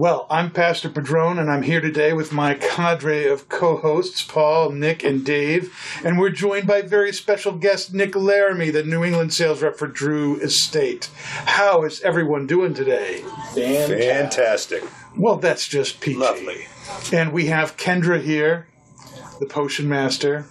Well, I'm Pastor Padron, and I'm here today with my cadre of co hosts, Paul, Nick, and Dave. And we're joined by very special guest, Nick Laramie, the New England sales rep for Drew Estate. How is everyone doing today? Fantastic. Well, that's just peachy. Lovely. And we have Kendra here, the potion master,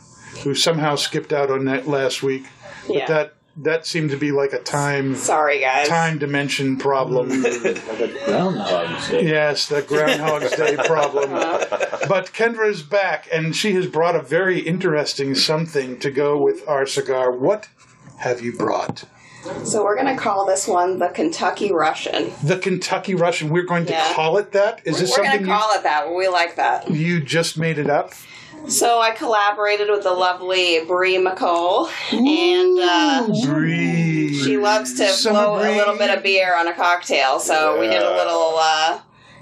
who somehow skipped out on that last week. Yeah. But that, that seemed to be like a time. Sorry, guys. Time dimension problem. groundhogs. Day. Yes, the Groundhog's Day problem. But Kendra is back, and she has brought a very interesting something to go with our cigar. What have you brought? So we're gonna call this one the Kentucky Russian. The Kentucky Russian. We're going to Yeah. call it that. Is this we're something gonna call it that. We like that. you, you just made it up? So I collaborated with the lovely Bree McCole, and uh, Breeze. she loves to Summer blow a little bit of breeze. beer on a cocktail. So we did a Yeah. little uh,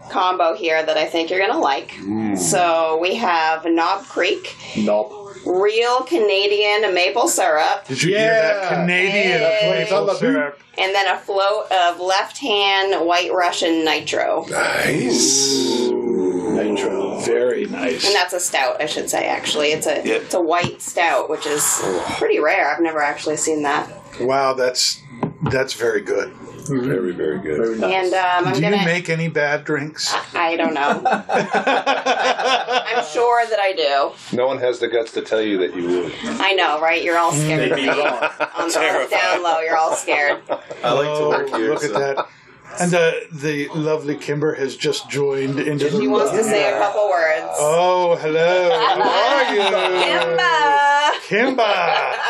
combo here that I think you're gonna like. Mm. So we have Knob Creek, Nope. real Canadian maple syrup, Did you hear that Yeah. Canadian Hey. maple syrup? and then a float of left hand White Russian nitro. Nice. Nitro. Very nice. And that's a stout, I should say. Actually, it's a Yep. it's a white stout, which is pretty rare. I've never actually seen that. Wow, that's that's very good. Very, very good. And um, I'm Do gonna. you make any bad drinks? I don't know. I'm sure that I do. No one has the guts to tell you that you would. I know, right? You're all scared of me. On the down low, you're all scared. I like Oh, look at that. And uh, the lovely Kimber has just joined into the She wants to say a couple words. Oh, hello. How are you? Kimba! Kimber.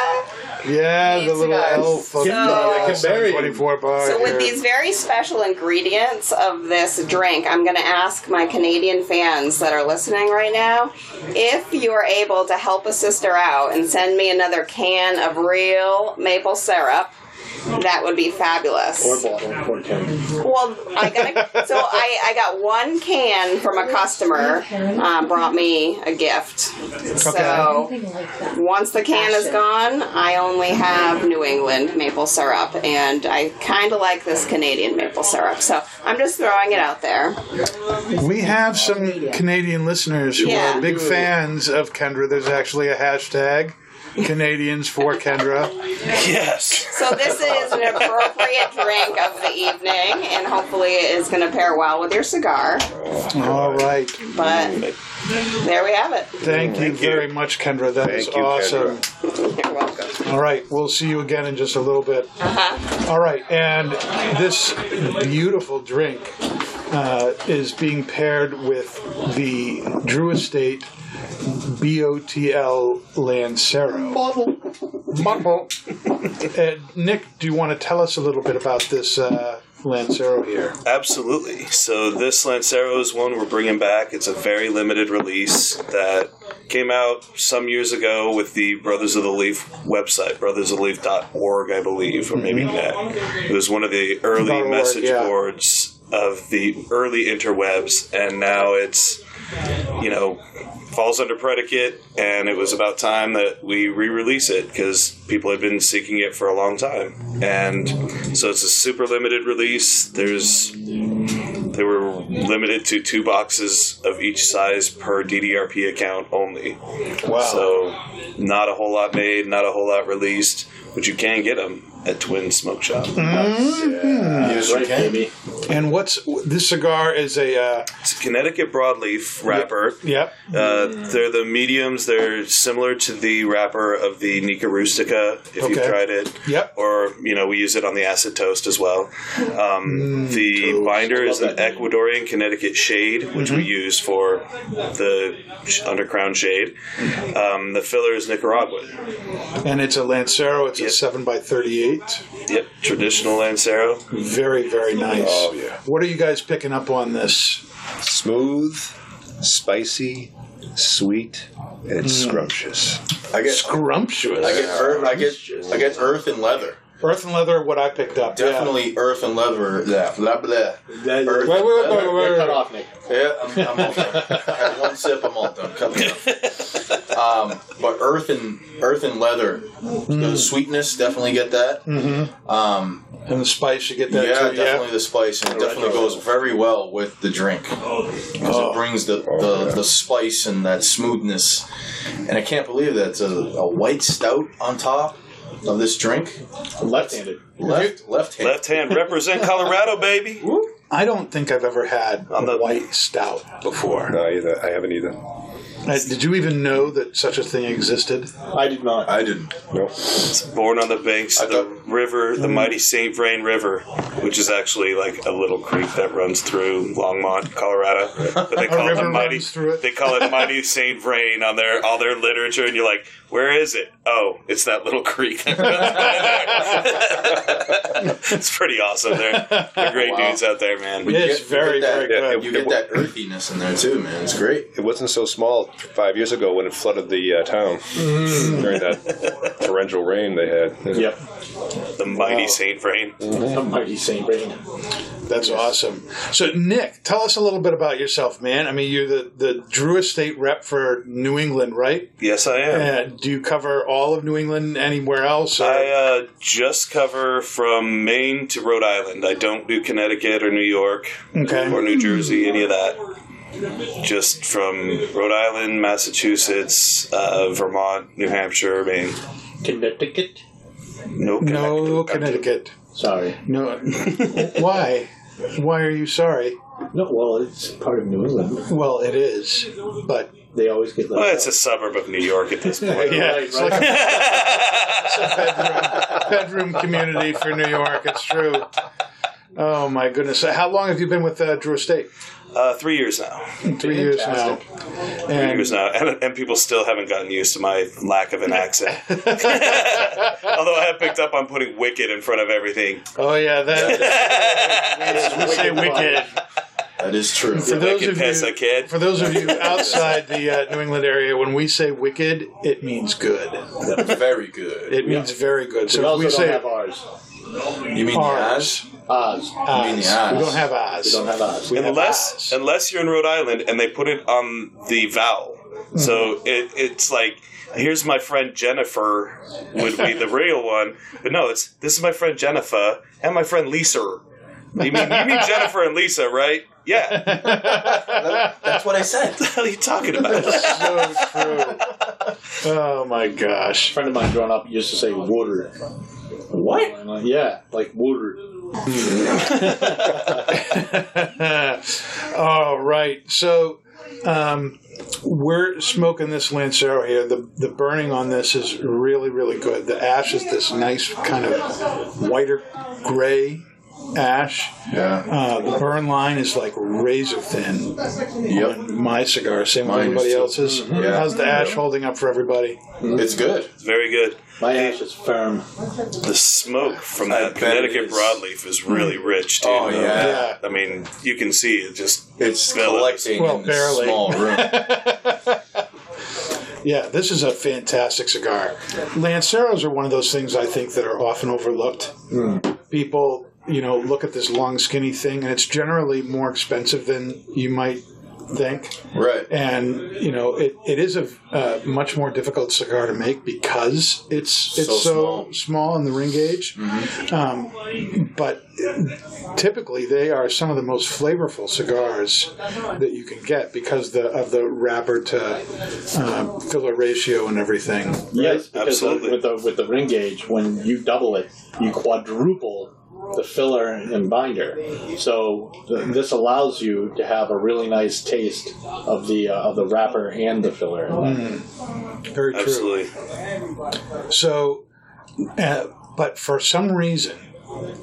Yeah, the Needs little us. elf of So- uh, Kimber. 24 bar. So, with here. these very special ingredients of this drink, I'm going to ask my Canadian fans that are listening right now if you are able to help a sister out and send me another can of real maple syrup. That would be fabulous. Or bottle. Or can. Well, I got so I, I got one can from a customer uh, brought me a gift. So once the can is gone, I only have New England maple syrup, and I kind of like this Canadian maple syrup. So I'm just throwing it out there. We have some Canadian listeners who Yeah. are big fans of Kendra. There's actually a hashtag. Canadians for Kendra. Yes. So this is an appropriate drink of the evening, and hopefully it is going to pair well with your cigar. All right. But there we have it. Thank you very much, Kendra. That is Thank you, awesome. You're welcome. All right, we'll see you again in just a little bit. All right, and this beautiful drink uh, is being paired with the Drew Estate BOTL Lancero. Bottle. Uh, Nick, do you want to tell us a little bit about this uh, Lancero here? Absolutely. So this Lancero is one we're bringing back. It's a very limited release that came out some years ago with the Brothers of the Leaf website, brothersoftheleaf.org, I believe, or maybe net. It was one of the early Mm-hmm. .org, message yeah. boards of the early interwebs, and now it's you know, falls under predicate, and it was about time that we re release it because people had been seeking it for a long time. And so it's a super limited release. There's they were limited to two boxes of each size per DDRP account only. Wow. So not a whole lot made, not a whole lot released, but you can get them at Twin Smoke Shop. Yes, right, baby. And what's this cigar is a uh, It's a Connecticut broadleaf wrapper. yep. Uh, they're the mediums. They're similar to the wrapper of the Nica Rustica, if you've Okay. tried it. Yep. Or, you know, we use it on the acid toast as well. Mm, Um, the binder is an Ecuadorian Connecticut shade, which we Mm-hmm. use for the sh- undercrown shade. Um, the filler is Nicaraguan. And it's a Lancero. It's a Yep. seven by thirty-eight. Yep. traditional Lancero. Very, very nice. Oh, yeah. What are you guys picking up on this? Smooth, spicy, sweet, and it's scrumptious. I get, Scrumptious. I get earth, I get, I get earth and leather. Earth and leather, what I picked up. yeah. Definitely earth and leather. Yeah, blah blah. That- Earth Wait, wait, wait, and wait, leather. wait. They're cut off, Nick. Yeah, I'm, I'm all done. I had one sip, I'm all done. Coming up. Um, but earth and earth and leather, Mm. the sweetness definitely get that. Um, And the spice, you get yeah, that too. definitely the spice, and it definitely goes very well with the drink Oh. because it brings the, the, the spice and that smoothness. And I can't believe that's a, a white stout on top of this drink. Left-handed. Left, left hand. Left hand represent Colorado, baby. I don't think I've ever had On a the- white stout before. No, either. I haven't either. Uh, Did you even know that such a thing existed? I did not. I didn't. No. It's born on the banks of I the thought- river, the mighty St. Vrain River, which is actually like a little creek that runs through Longmont, Colorado. But they call it river the mighty. runs through it? They call it mighty St. Vrain on their all their literature, and you're like, where is it? Oh, it's that little creek. that runs by there. it's pretty awesome. They're, they're great Wow. dudes out there, man. It is get- very, you get very that- good. You get that earthiness in there too, man. It's great. It wasn't so small five years ago when it flooded the uh, town during that torrential rain they had. Yep. The mighty St. Vrain. A mighty Saint Brain. That's awesome. So, Nick, tell us a little bit about yourself, man. I mean, you're the, the Drew Estate rep for New England, right? Yes, I Uh, am. do you cover all of New England anywhere else? or- I uh, just cover from Maine to Rhode Island. I don't do Connecticut or New York Okay. or New Jersey, any of that. Just from Rhode Island, Massachusetts, uh, Vermont, New Hampshire, Maine. Connecticut. No Connecticut. no, Connecticut. Sorry. No. Why? Why are you sorry? No, well, it's part of New England. Well, it is, but They always get left. Well, it's a suburb of New York at this point. yeah, right, it's right. like a bedroom, bedroom community for New York. It's true. Oh my goodness! So How long have you been with uh, Drew Estate? Uh, three years now. Three years now. Three And years now. And, and people still haven't gotten used to my lack of an accent. Although I have picked up on putting wicked in front of everything. oh yeah, that we say wicked. That is true. For those Wicked of piss a you, kid. for those of you outside the uh, New England area, when we say wicked, it means good. Very good. It means very good. We So if also we don't say have ours. You mean the ours, eyes? Ours. eyes, mean the we eyes. don't have eyes. We don't have ours. We have unless eyes. unless you're in Rhode Island and they put it on the vowel. Hmm. So it, it's like here's my friend Jennifer would be the real one, but no, it's this is my friend Jennifer and my friend Lisa. You mean you mean Jennifer and Lisa, right? Yeah, That's what I said. what the hell are you talking about? so true. Oh my gosh. A friend of mine growing up used to say water. What? I'm like, yeah, like water. All right. So um, we're smoking this Lancero here. The the burning on this is really really good. The ash is this nice kind of whiter gray ash. Yeah. Uh, the burn line is like razor thin. Yep. My cigar, same with Mine is everybody too. Mm-hmm. else's. Yeah. How's the ash holding up for everybody? It's good. It's very good. My ash is firm. The smoke from I that bet it Connecticut is. broadleaf Hmm. is really rich too. Oh, yeah. Yeah. I mean, you can see it just It's Well, collecting well, in this barely. small room. Yeah, this is a fantastic cigar. Lanceros are one of those things I think that are often overlooked. People, you know, look at this long, skinny thing, and it's generally more expensive than you might think. right. And you know, it, it is a uh, much more difficult cigar to make because it's it's so, So small. small. in the ring gauge. Um, but typically, they are some of the most flavorful cigars that you can get because the of the wrapper to uh, filler ratio and everything. Yes, because the- Absolutely. with the with the ring gauge, when you double it, you quadruple the filler and binder. So th- this allows you to have a really nice taste of the uh, of the wrapper and the filler. Hmm. Very true. absolutely. So, uh, but for some reason,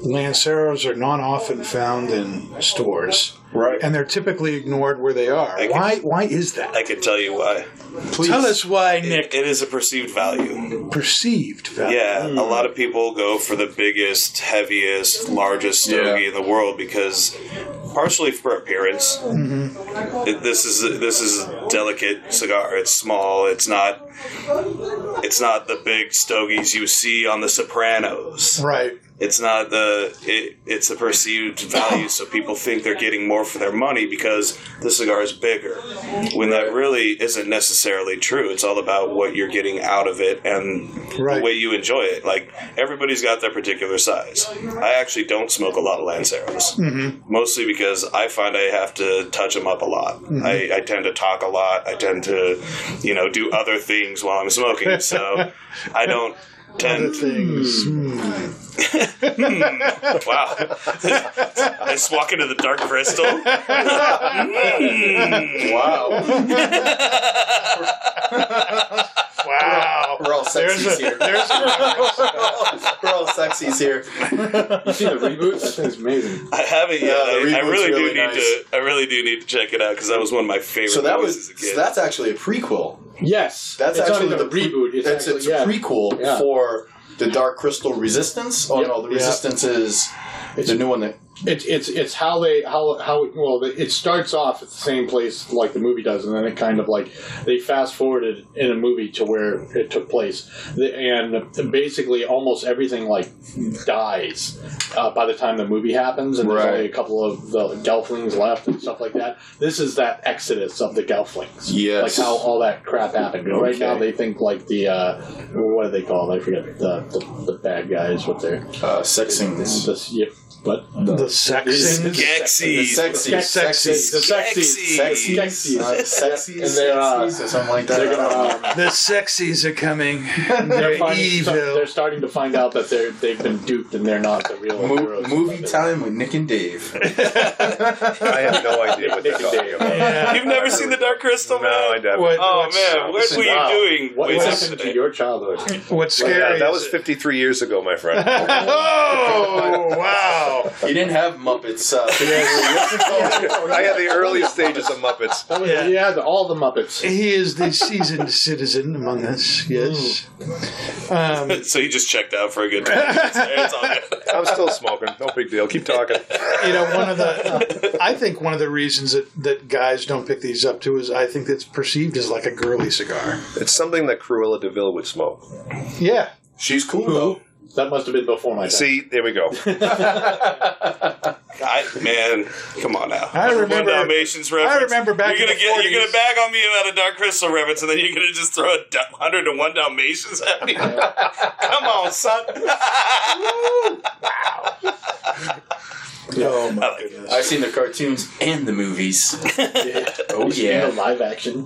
Lanceros are not often found in stores, Right. and they're typically ignored where they are. can- Why? Why is that? I can tell you why. Please tell us why, Nick. It is a perceived value. Perceived value. Yeah, a lot of people go for the biggest, heaviest, largest stogie Yeah. in the world because, partially for appearance, it- this is this is a delicate cigar. It's small. It's not. It's not the big stogies you see on The Sopranos. Right. it's not the it, it's the perceived value so people think they're getting more for their money because the cigar is bigger when that really isn't necessarily true it's all about what you're getting out of it and Right. the way you enjoy it like everybody's got their particular size i actually don't smoke a lot of lanceros Mm-hmm. mostly because i find i have to touch them up a lot Mm-hmm. I, I tend to talk a lot i tend to you know do other things while i'm smoking so i don't tend to Things. Wow. Hmm. Let's walk into the dark crystal. Hmm. Mm. Wow. Wow. We're all There's sexies a, here. there's a, We're all sexies here. You see the reboot? That thing's amazing. I haven't yet. Yeah, the I, I reboot's really, really do need nice. to. I really do need to check it out because that was one of my favorite So that movies as was a kid. so that's actually a prequel. Yes, That's it's not actually even the a reboot. It's, It's actually, it's yeah, prequel Yeah. for the Dark Crystal Resistance. Oh Yep. no, the Yeah. Resistance is It's- the new one that It's it's it's how they how how well it starts off at the same place like the movie does, and then it kind of like they fast forwarded in a movie to where it took place, The- and basically almost everything like dies uh, by the time the movie happens, and there's Right. only a couple of the Gelflings left and stuff like that. This is that exodus of the Gelflings, Yes. like how all that crap happened. Right now Okay. they think like the uh, what are they called? I forget the the, the bad guys with their uh, sexing is this yep, but. the sexing. the Gaxies. sexy Sexies. The Sexies. sexies. sexy Sexies. sexy And they're, uh, or something like that. Uh, They're gonna, um, The sexies are coming. they're, They're finding, so evil. they're starting to find out that they're they've been duped and they're not the real Mo- heroes. movie time with Nick and Dave. I have no idea what they're talking about. Yeah. You've never seen the Dark Crystal? No, I man? haven't. What- Oh what's- man, what were you Wow. doing? What Wait, happened yesterday? to your childhood? What's Yeah, scary? that is- was 53 years ago, my friend. Oh wow! You didn't have Muppets. Uh, what's it called? I had the early stages of Muppets. That was, Yeah. yeah. the, all the Muppets. He is the seasoned citizen among us. Yes. Um, So you just checked out for a good. 20 minutes there. It's all good. I'm still smoking. No big deal. Keep talking. you know, one of the I think one of the reasons that that guys don't pick these up too is I think that's perceived as like a girly cigar. It's something that Cruella DeVille would smoke. Yeah. She's cool though. That must have been before my time. See, there we go. I, man, come on now. I Number remember- One Dalmatians reference. I remember back You're in gonna the get. You're 40s. gonna bag on me about a Dark Crystal reference, and then you're gonna just throw a hundred and one Dalmatians at me. come on, son. Oh my like it. goodness. I've seen the cartoons and the movies. Oh No yeah. live action.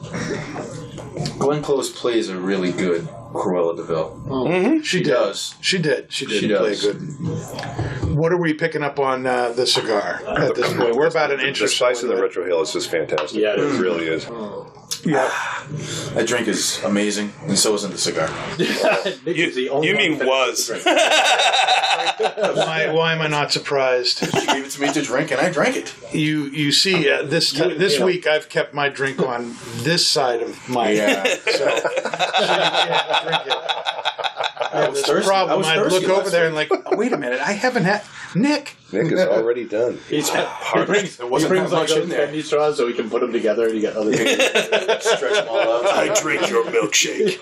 Glenn Close plays a really good Cruella Deville. She She did. does. She did. She did She play does. good. What are we picking up on uh, the cigar at this point? We're about an The inch or so. slice of the retro hill is just fantastic. Yeah, it is. really is. Yeah. That drink is amazing, and so isn't the cigar. Nick You, is the only you one mean that- was? Why, why am I not surprised? She gave it to me to drink, and I drank it. You you see uh, this ti- this yeah. week I've kept my drink on this side of my so she can't drink it. I have was this thirsty. I problem. was I'd thirsty look over last there and like, wait a minute, I haven't had Nick. Nick is already done. He's, he brings, There he wasn't brings that like much in those there. candy straws so he can put them together and you get other things. Stretch them all out. I drink your milkshake.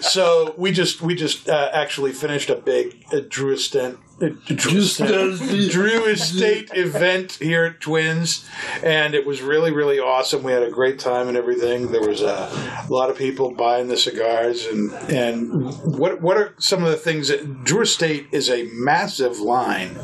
So we just we just uh, actually finished a big uh, Drew Estate uh, Drew Estate Drew Estate event here at Twins, and it was really really awesome. We had a great time and everything. There was a lot of people buying the cigars and and what what are some of the things that Drew Estate is a massive line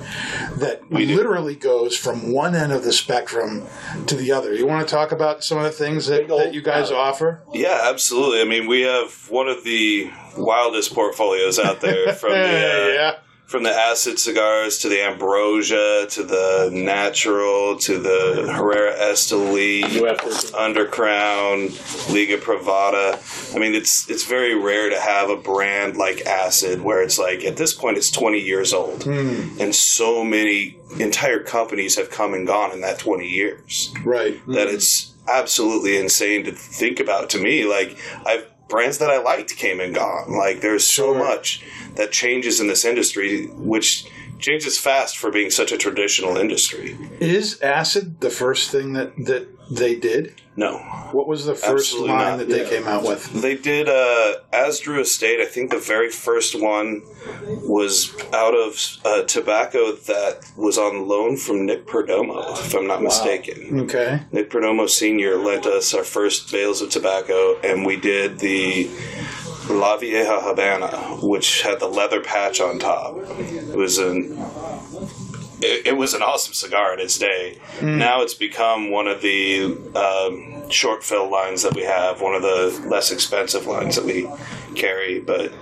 that literally goes from one end of the spectrum to the other. You want to talk about some of the things that, old that you guys palette. offer? Yeah, absolutely. I mean, we have one of the wildest portfolios out there from the uh, yeah. from the acid cigars to the ambrosia to the natural to the Herrera Esteli. You have to- Undercrown, Liga Privada. I mean, it's it's very rare to have a brand like Acid where it's like at this point it's 20 years old, and so many entire companies have come and gone in that 20 years Right. that it's absolutely insane to think about. To me, like I've brands that I liked came and gone. Like there's so much that changes in this industry, which changes fast for being such a traditional industry. Is acid the first thing that that they did? No, What was the first Absolutely line not. that they came out with? They did uh, Asdru Estate. I think the very first one was out of uh, tobacco that was on loan from Nick Perdomo, if I'm not mistaken. Okay. Nick Perdomo Sr. lent us our first bales of tobacco, and we did the La Vieja Habana, which had the leather patch on top. It was an it, it was an awesome cigar in its day. Now it's become one of the um, short fill lines that we have, one of the less expensive lines that we carry. But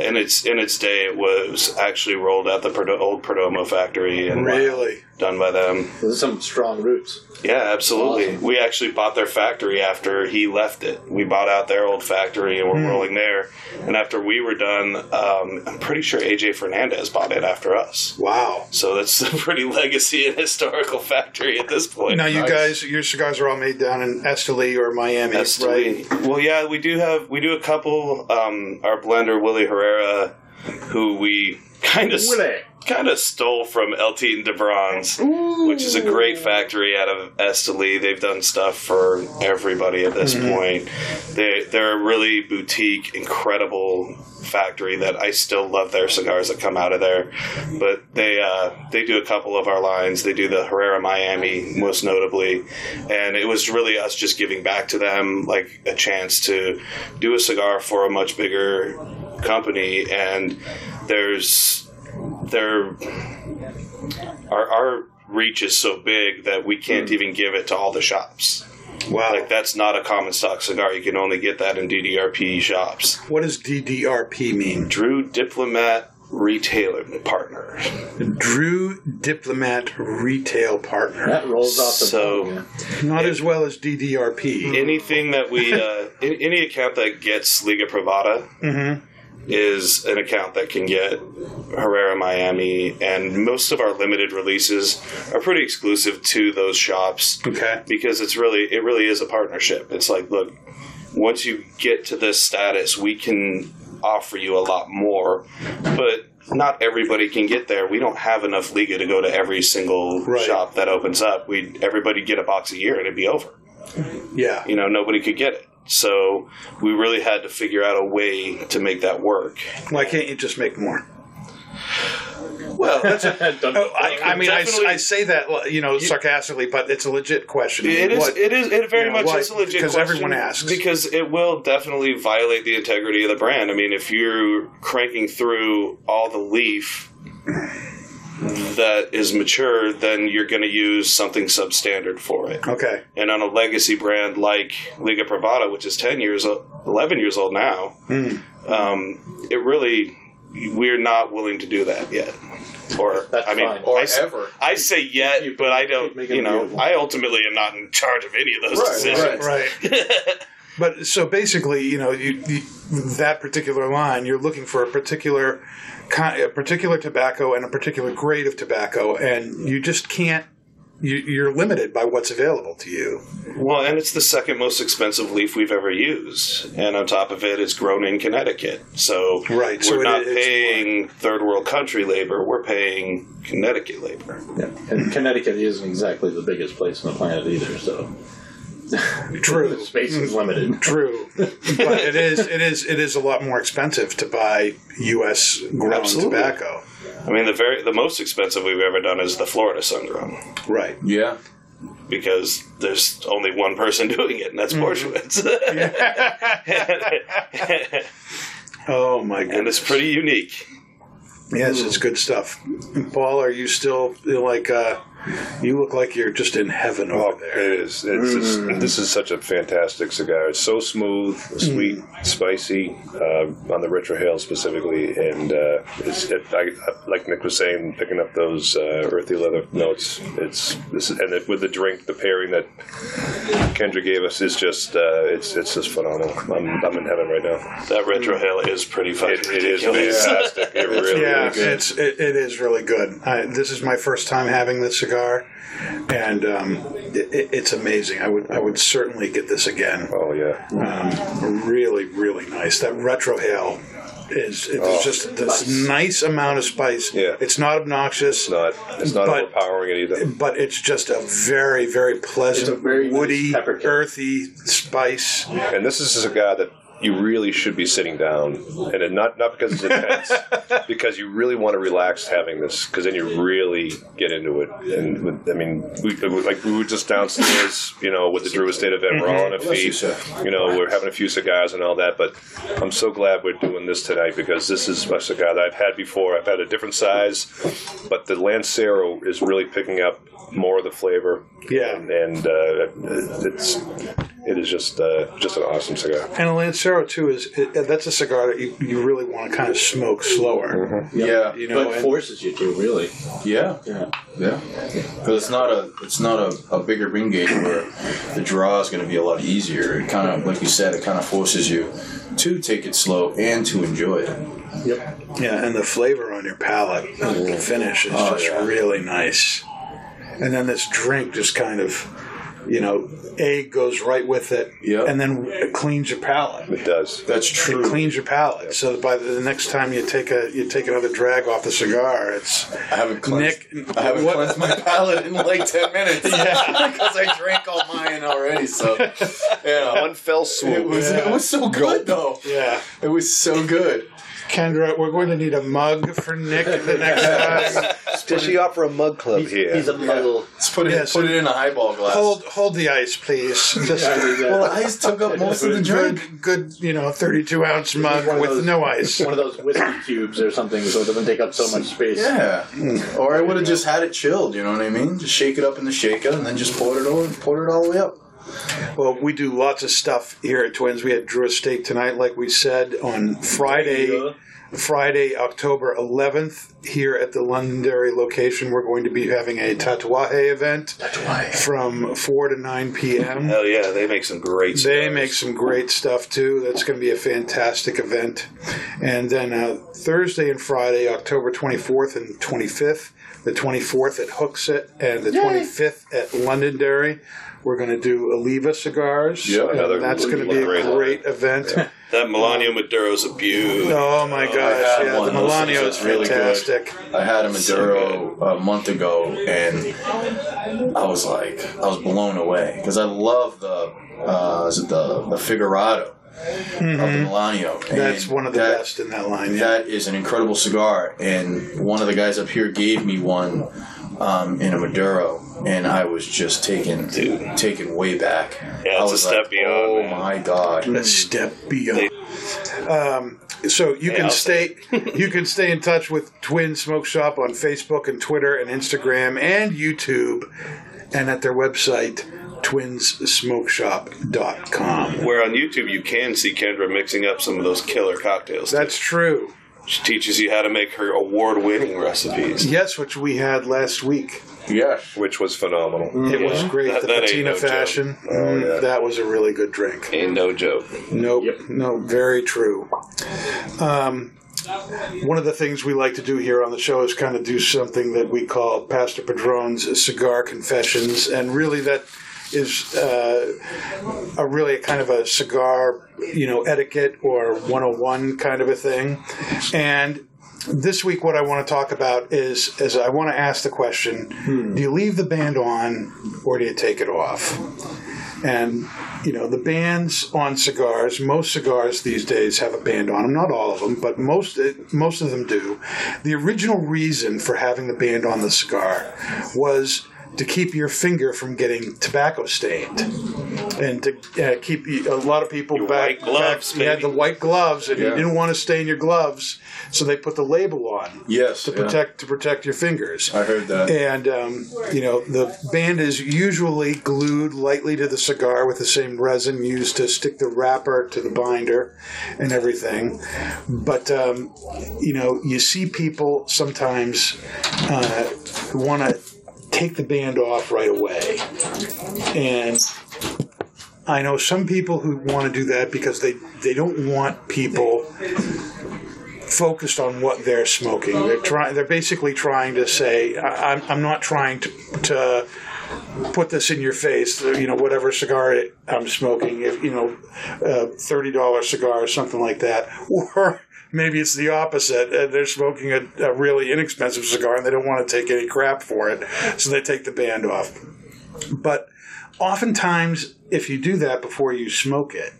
in its in its day, it was actually rolled at the Perdo- old Perdomo factory and Really? done by them. There's some strong roots. Yeah, absolutely. We actually bought their factory after he left it. We bought out their old factory and we're Hmm. rolling there. And after we were done, um, I'm pretty sure AJ Fernandez bought it after us. Wow. So that's a pretty legacy and historical factory at this point. Now you guys, your cigars are all made down in Esteli or Miami, That's to right? me. Well, yeah, we do have we do a couple. Um, our blender Willie Herrera, who we kind of Willie. kind of stole from LT and DeBron's, which is a great factory out of Esteli. They've done stuff for everybody at this point. They they're a really boutique, incredible factory that I still love their cigars that come out of there. But they uh, they do a couple of our lines. They do the Herrera Miami most notably, and it was really us just giving back to them like a chance to do a cigar for a much bigger company and there's their our, our reach is so big that we can't even give it to all the shops. Wow. Like that's not a common stock cigar. You can only get that in DDRP shops. What does DDRP mean? Drew Diplomat Retailer Partner. Drew Diplomat Retail Partner. That rolls off the So tongue, Not as well as DDRP. anything that we uh, in, any account that gets Liga Privada is an account that can get Herrera Miami, and most of our limited releases are pretty exclusive to those shops. Okay. because it's really it really is a partnership. It's like look, once you get to this status, we can offer you a lot more, but not everybody can get there. We don't have enough Liga to go to every single Right. shop that opens up. We everybody get a box a year and it'd be over Yeah. you know nobody could get it so we really had to figure out a way to make that work Why can't you just make more? well that's a, yeah. Done. Oh, I, I mean, I, s- Definitely- I say that you know sarcastically, but it's a legit question. it is What- it is it very Yeah, much why? is a legit Because question everyone asks. because it will definitely violate the integrity of the brand i mean if you're cranking through all the leaf that is mature then you're going to use something substandard for it okay. and on a legacy brand like Liga Privada, which is ten years, o- eleven years old now, Hmm. um, it really we're not willing to do that yet. Or That's I mean, fine. Or I, s- ever. I say yet, You- but I you don't. make it You know, beautiful. I ultimately am not in charge of any of those Right, decisions. Right. but so basically, you know, you, you, that particular line, you're looking for a particular kind, a particular tobacco and a particular grade of tobacco, and you just can't. You, you're limited by what's available to you. Well, and it's the second most expensive leaf we've ever used, and on top of it, it's grown in Connecticut. So Right, we're so it- not it's- paying third world country labor; we're paying Connecticut labor. And Connecticut isn't exactly the biggest place on the planet either, so True. Mm, the space is limited. True, but it is it is it is a lot more expensive to buy U.S. grown Absolutely. tobacco. I mean, the very the most expensive we've ever done is the Florida sun grown Right. Yeah. because there's only one person doing it, and Mm-hmm. that's Borchowitz. Oh my and it's goodness. pretty unique. Yes, it's good stuff. Paul, are you still like uh, You look like you're just in heaven Oh, over there. It is. It's just, Mm. This is such a fantastic cigar. It's so smooth, sweet, Mm. spicy uh, on the retrohale specifically, and uh, it's, it, I, I- like Nick was saying, picking up those uh, earthy leather notes. It's this, and it, with the drink, the pairing that Kendra gave us is just uh, it's it's just phenomenal. I'm, I'm in heaven right now. That retro hail is pretty fucking It, it is ridiculous. fantastic. It really, yeah, really good. it's it, it is really good. I, this is my first time having this cigar, and um, it, it- it's amazing. I would I would certainly get this again. Oh yeah. Um, really, really nice. That retrohale is it's just this nice amount of spice. Oh. Yeah. it's not obnoxious. It's not. It's not But- overpowering it either. But it's just a very, very pleasant, very nice woody, pepper kick. earthy spice. And this is a cigar that you really should be sitting down, and it not not because it's intense, because you really want to relax having this, because then you really get into it. And with, I mean, we, like we were just downstairs, you know, with the Drew Estate event, we're all on a feast, you know, we're having a few cigars and all that. But I'm so glad we're doing this tonight because this is a cigar that I've had before. I've had a different size, but the Lancero is really picking up more of the flavor. Yeah. and, and uh, it's it is just uh, just an awesome cigar. And a Lancero too is it, that's a cigar that you, you really want to kind of smoke slower. Mm-hmm. Yeah, You know, But and- forces you to really. yeah, Yeah. yeah. Because it's not a it's not a, a bigger ring gauge where the draw is going to be a lot easier. It kind of, like you said, it kind of forces you to take it slow and to enjoy it. Yep. Yeah, and the flavor on your palate, and the finish is just yeah. really nice. And then this drink just kind of, you know, egg goes right with it, Yep. and then it cleans your palate. It does. That's It true. cleans your palate. So that by the, the next time you take a you take another drag off the cigar, it's I haven't cleansed. Nick, I haven't what- cleansed my palate in like ten minutes because I drank all mine already. So yeah, One fell it swoop. was it was so good though. yeah. It was so good. Kendra, we're going to need a mug for Nick the next time. Does she offer a mug club here? He's a muddle. Let's put it Yeah, put so- it in a highball glass. Hold hold the ice, please. Just Well, the ice took up most of the good drink. good you know thirty two ounce mug One of with those- no ice. One of those whiskey cubes or something, so it doesn't take up so much space. Yeah, or I would have just had it chilled. You know what I mean? Just shake it up in the shaker and then just pour it over, pour it all the way up. Well, we do lots of stuff here at Twins. We had Drew Estate tonight, like we said, on Friday, Friday, October 11th, here at the Londonderry location. We're going to be having a tatuaje event from 4 to 9 p.m. Hell yeah, they make some great. They cigars. make some great stuff too. That's going to be a fantastic event. And then uh, Thursday and Friday, October 24th and 25th, the 24th at Hooksett and the 25th at Londonderry, we're going to do Oliva cigars. Yeah, And another that's going to be a great great, one. event. that Melania Maduro's a beauty. Oh my gosh! had yeah, one the of those Melania things is that's really good. fantastic. I had a Maduro a month ago, and I was like, I was blown away because I love the uh, is it the the Figurado of the Milano. And Mm-hmm. That's one of the Mm-hmm. that- best in that line. Yeah. That is an incredible cigar, and one of the guys up here gave me one um, in a Maduro, and I was just taken taken way back. Yeah, I it's a was step like, beyond, Oh man. my god! A step beyond. Um, so you can I'll stay, you can stay in touch with Twin Smoke Shop on Facebook and Twitter and Instagram and YouTube, and at their website twinssmokeshop.com. Where on YouTube you can see Kendra mixing up some of those killer cocktails. That's true. She teaches you how to make her award-winning recipes. Yes, which we had last week. Yes, Which was phenomenal. It was Yeah. great. That- the that ain't patina no joke. Oh, fashion. Mm, That was a really good drink. Ain't no joke. Nope. Yep. No, very true. Um, one of the things we like to do here on the show is kind of do something that we call Pastor Padron's cigar confessions, and really that is uh, a really kind of a cigar, you know, etiquette or 101 kind of a thing. And this week, what I want to talk about is is I want to ask the question: Do you leave the band on, or do you take it off? and you know the bands on cigars most cigars these days have a band on them not all of them but most eh, most of them do the original reason for having the band on the cigar was to keep your finger from getting tobacco stained, and to uh, keep you- a lot of people Your back. white gloves, back- you had the baby. white gloves, and you Yeah. didn't want to stain your gloves, so they put the label on Yes, to yeah. protect to protect your fingers. I heard that. And um, you know the band is usually glued lightly to the cigar with the same resin used to stick the wrapper to the binder and everything. But um, you know you see people sometimes uh, who want to take the band off right away, and I know some people who want to do that because they they don't want people focused on what they're smoking. They're trying. They're basically trying to say, I, I'm, "I'm not trying to, to put this in your face." uh, You know, whatever cigar I'm smoking, if you know, a thirty dollar cigar or something like that, or maybe it's the opposite. Uh, they're smoking a, a really inexpensive cigar and they don't want to take any crap for it, so they take the band off. But oftentimes, if you do that before you smoke it,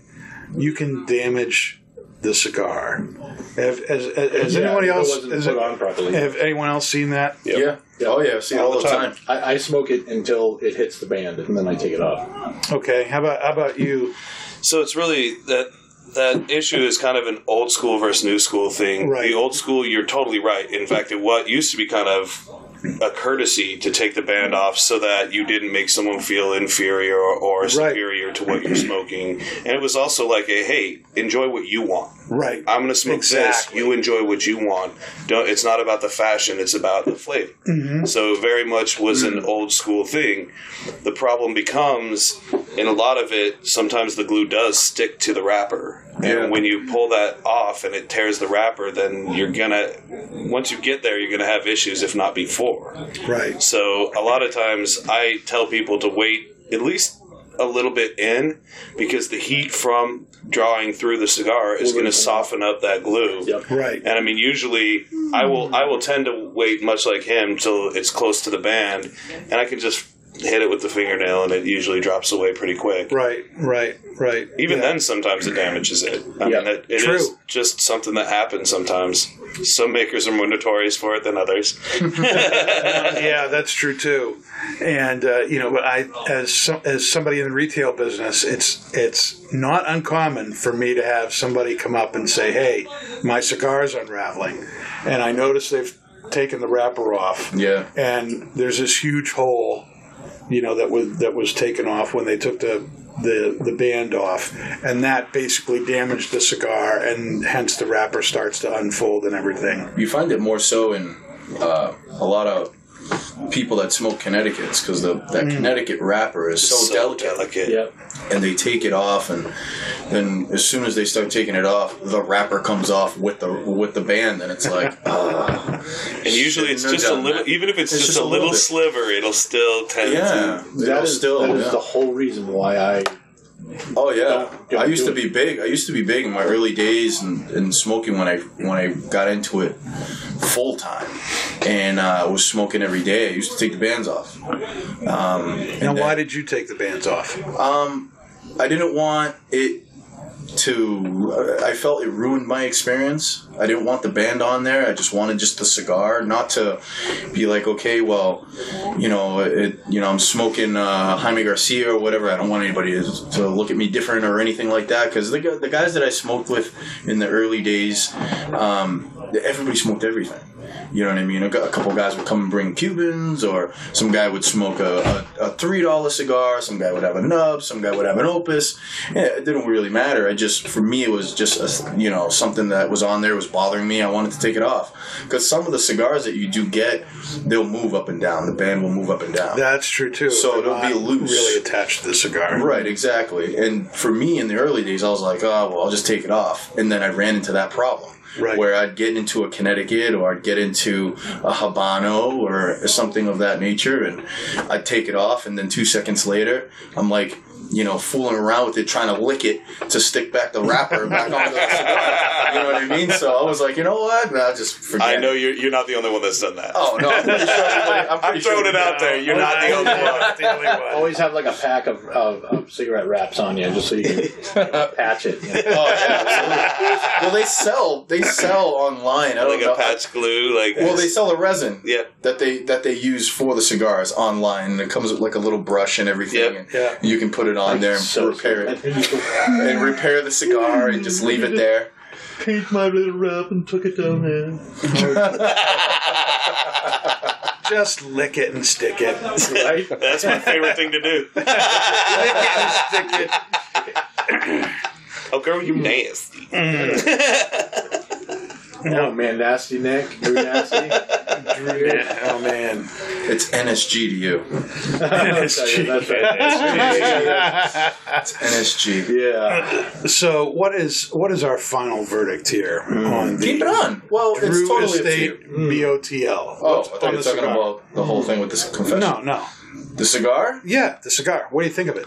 you can damage the cigar. Have, has has- has Yeah, anyone it else wasn't has put it- on properly. have anyone else seen that? Yep. Yeah. Oh yeah, I see it all, the time. I, I smoke it until it hits the band, and then I take it off. Okay, how about how about you? So it's really that that issue is kind of an old school versus new school thing. Right. The old school, you're totally right. In fact, it what used to be kind of a courtesy to take the band off so that you didn't make someone feel inferior or, superior to what you're smoking. And it was also like a hey, enjoy what you want. Right. I'm gonna smoke Exactly. this. You enjoy what you want. Don't. It's not about the fashion. It's about the flavor. So it very much was an old school thing. The problem becomes, in a lot of it, sometimes the glue does stick to the wrapper. Yeah. And when you pull that off and it tears the wrapper, then you're gonna. Once you get there, you're gonna have issues, if not before. Right. So a lot of times I tell people to wait at least a little bit in because the heat from drawing through the cigar is going to soften up that glue. Yep. Right. And I mean, usually I will I will tend to wait much like him till it's close to the band, and I can just hit it with the fingernail, and it usually drops away pretty quick. Right. Right. Right. Even Yeah. then, sometimes it damages it. I Yeah. mean, it, it True. is just something that happens sometimes. Some makers are more notorious for it than others. yeah, that's true too. And uh, you know, but I as some, as somebody in the retail business, it's it's not uncommon for me to have somebody come up and say, "Hey, my cigar's unraveling," and I notice they've taken the wrapper off. Yeah. and there's this huge hole, you know, that was that was taken off when they took the the the band off, and that basically damaged the cigar, and hence the wrapper starts to unfold and everything. You find it more so in uh, a lot of people that smoke Connecticut's because the that Connecticut wrapper is so, delicate, delicate. Yep. and they take it off, and then as soon as they start taking it off, the wrapper comes off with the with the band, and it's like, ah. And usually it's No just a doubt. little, even if it's, just, a little, bit. sliver, it'll still tend yeah, That It'll is still, that is yeah. the whole reason why I Oh yeah, Don't- don't I used do to it. be big. I used to be big in my early days and, and smoking when I when I got into it full time, and uh, was smoking every day. I used to take the bands off. Um, Now, and why did you take the bands off? Um, I didn't want it to. I felt it ruined my experience. I didn't want the band on there. I just wanted just the cigar, not to be like, okay, well, you know, it, you know, I'm smoking uh, Jaime Garcia or whatever. I don't want anybody to, to look at me different or anything like that. Because the gu- the guys that I smoked with in the early days, um, everybody smoked everything. You know what I mean? A, gu- a couple guys would come and bring Cubans, or some guy would smoke a, a, a three dollar cigar. Some guy would have a nub. Some guy would have an opus. Yeah, it didn't really matter. I just, for me, it was just a, you know something that was on there was bothering me. I wanted to take it off because some of the cigars that you do get, they'll move up and down. The band will move up and down. That's true too. So They're it'll be not loose. Really attached to the cigar. Right, exactly. And for me in the early days, I was like, oh, well, I'll just take it off. And then I ran into that problem. Right. Where I'd get into a Connecticut or I'd get into a Habano or something of that nature, and I'd take it off, and then two seconds later, I'm like, you know, fooling around with it, trying to lick it to stick back the wrapper back onto the cigar. You know what I mean? So I was like, you know what? Nah, just forget. I know It. you're, you're not the only one that's done that. Oh no! I'm pretty sure everybody- I'm, pretty I'm throwing sure it out there. You're not the only one. the only one. Always have like a pack of, of, of cigarette wraps on you just so you can you know, patch it. you know. Oh, yeah, absolutely. well, they sell they sell online. I don't Like know. a patch glue. Like Well, they sell the resin. Yeah. That they that they use for the cigars online, and it comes with like a little brush and everything. Yep. And Yeah. You can put it on there and So- repair it, and repair the cigar, and just leave it there. Paint my little wrap and took it down there. Just lick it and stick it. Lick Right? that's my favorite thing to do. it and stick it. Oh, girl, you nasty. Oh man, nasty Nick. You're nasty. Drew. Oh man. It's NSG to you. That's right. That's right. It's NSG. Yeah. So what is what is our final verdict here on the Keep it on. Well, Drew it's totally up to you. Estate BOTL? Oh, I What's thought on you the were talking cigar? about the whole thing with this confession. No, no. The cigar? Yeah, the cigar. What do you think of it?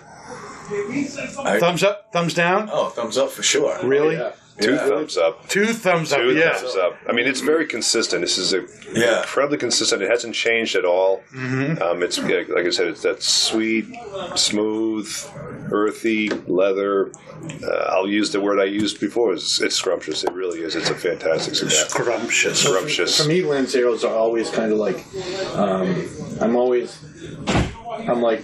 I- Thumbs up, thumbs down? Oh, thumbs up for sure. Really? Yeah. Two thumbs up. Two thumbs up. Two yeah. thumbs up. I mean, it's very consistent. This is a Yeah. incredibly consistent. It hasn't changed at all. Um, it's like like I said, it's that sweet, smooth, earthy leather. Uh, I'll use the word I used before. It's, it's scrumptious. It really is. It's a fantastic cigar. Scrumptious. Scrumptious. For me, Lanceros are always kind of like, um, I'm always, I'm like,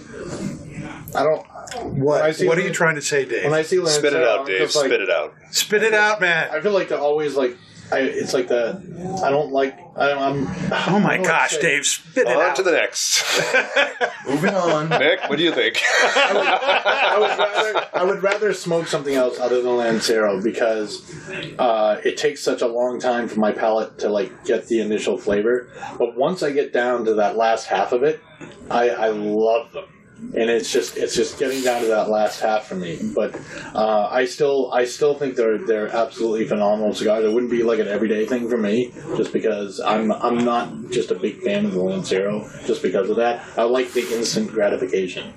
I don't. When I What? see What are Lan- you trying to say, Dave? When I see Lancero, Spit it out, I'm Dave. just like- Spit it out. Spit it out, man. I feel like they're always like, I, it's like the, I don't like, I don't, I'm. Oh my I don't know what to gosh, say. Dave, spit it On out. to the next. Moving on. Nick, what do you think? I would rather I would rather smoke something else other than Lancero because uh, it takes such a long time for my palate to like get the initial flavor. But once I get down to that last half of it, I, I love them. And it's just it's just getting down to that last half for me. But uh, I still I still think they're they're absolutely phenomenal cigars. It wouldn't be like an everyday thing for me just because I'm I'm not just a big fan of the Lancero just because of that. I like the instant gratification.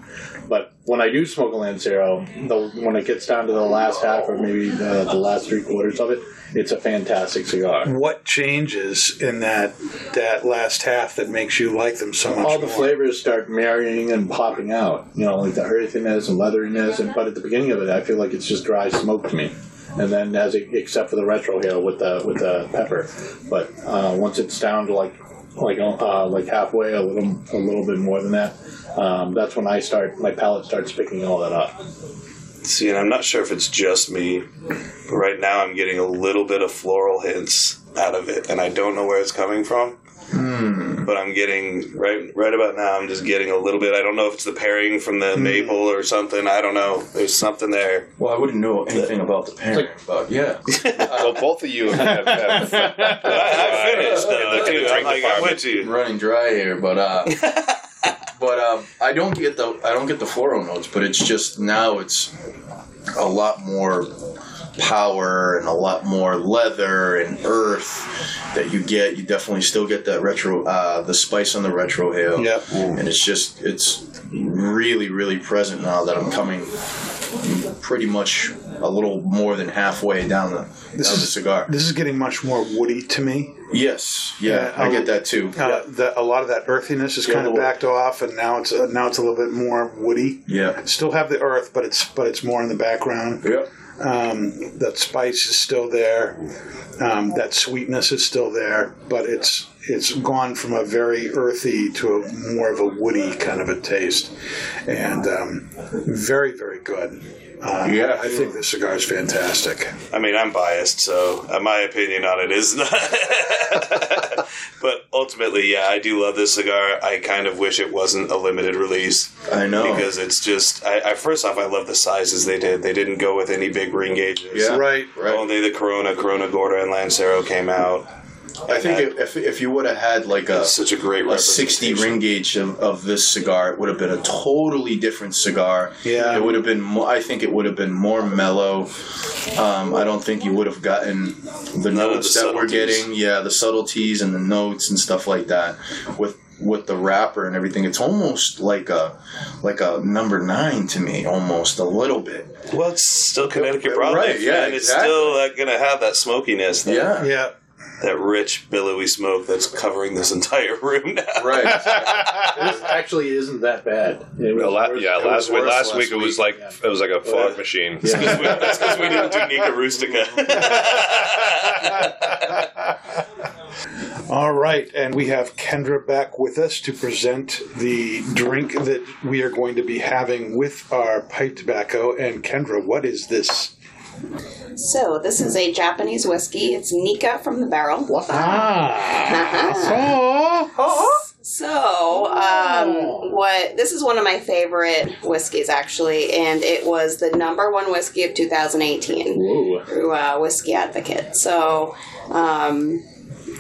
But when I do smoke a Lancero, the, when it gets down to the last half or maybe the, the last three quarters of it, it's a fantastic cigar. What changes in that that last half that makes you like them so much? All the more? flavors start marrying and popping out, you know, like the earthiness and leatheriness. And, but at the beginning of it, I feel like it's just dry smoke to me. And then, as it, except for the retro hail with the with the pepper, but uh, once it's down to like like uh, like halfway, a little a little bit more than that, um, that's when I start my palate starts picking all that up. See, and I'm not sure if it's just me. but Right now, I'm getting a little bit of floral hints out of it, and I don't know where it's coming from. But I'm getting right right about now. I'm just getting a little bit. I don't know if it's the pairing from the maple or something. I don't know. There's something there. Well, I wouldn't know anything about the parent, but yeah. well, both of you have, have, I, I finished though. Look at the too. Uh, I'm drink like, I'm department. with you. running dry here, but uh, but um, I don't get the I don't get the floral notes, but it's just now it's a lot more power and a lot more leather and earth that you get. You definitely still get that retro uh, the spice on the retro hail. Yep. and it's just it's really really present now that I'm coming pretty much a little more than halfway down the This down the is- cigar. This is getting much more woody to me. Yes, yeah, Yeah, I get that too. Uh, the, a lot of that earthiness is Yeah, kind of the- backed off, and now it's uh, now it's a little bit more woody. Yeah. Still have the earth, but it's but it's more in the background. Yep. Um, that spice is still there. Um, that sweetness is still there, but it's it's gone from a very earthy to a more of a woody kind of a taste, and um, very very good. Um, Yeah. I think this cigar is fantastic. I mean, I'm biased, so uh, my opinion on it is not. but ultimately, yeah, I do love this cigar. I kind of wish it wasn't a limited release. I know. because it's just I, I first off I love the sizes they did. They didn't go with any big ring gauges. Yeah. Right. Only the Corona, Corona Gorda, and Lancero came out. I think if- if, if you would have had like a, It's such a great Uh, a 60 representation. ring gauge of, of this cigar, it would have been a totally different cigar. Yeah. It would have been, mo- I think it would have been more mellow. Um, I don't think you would have gotten the None of notes the that we're subtleties. getting. Yeah, the subtleties and the notes and stuff like that. With with the wrapper and everything. It's almost like a like a number nine to me, almost a little bit. Well, it's still Connecticut broadleaf, Right, yeah, and it's exactly. still uh, going to have that smokiness, that, Yeah, Yeah. that rich billowy smoke that's covering this entire room now. right. This actually isn't that bad. It was Well, la- worse- yeah, it last was week, worse last last week it was like yeah. it was like a fog machine. Yeah. That's because we didn't do Nika Rustica. All right, and we have Kendra back with us to present the drink that we are going to be having with our pipe tobacco. And Kendra, what is this? So this is a Japanese whiskey. It's Nika from the barrel. Uh-huh. Ah, So, um, what this is one of my favorite whiskeys actually, and it was the number one whiskey of 2018 Whoa. through uh, Whiskey Advocate. So, um,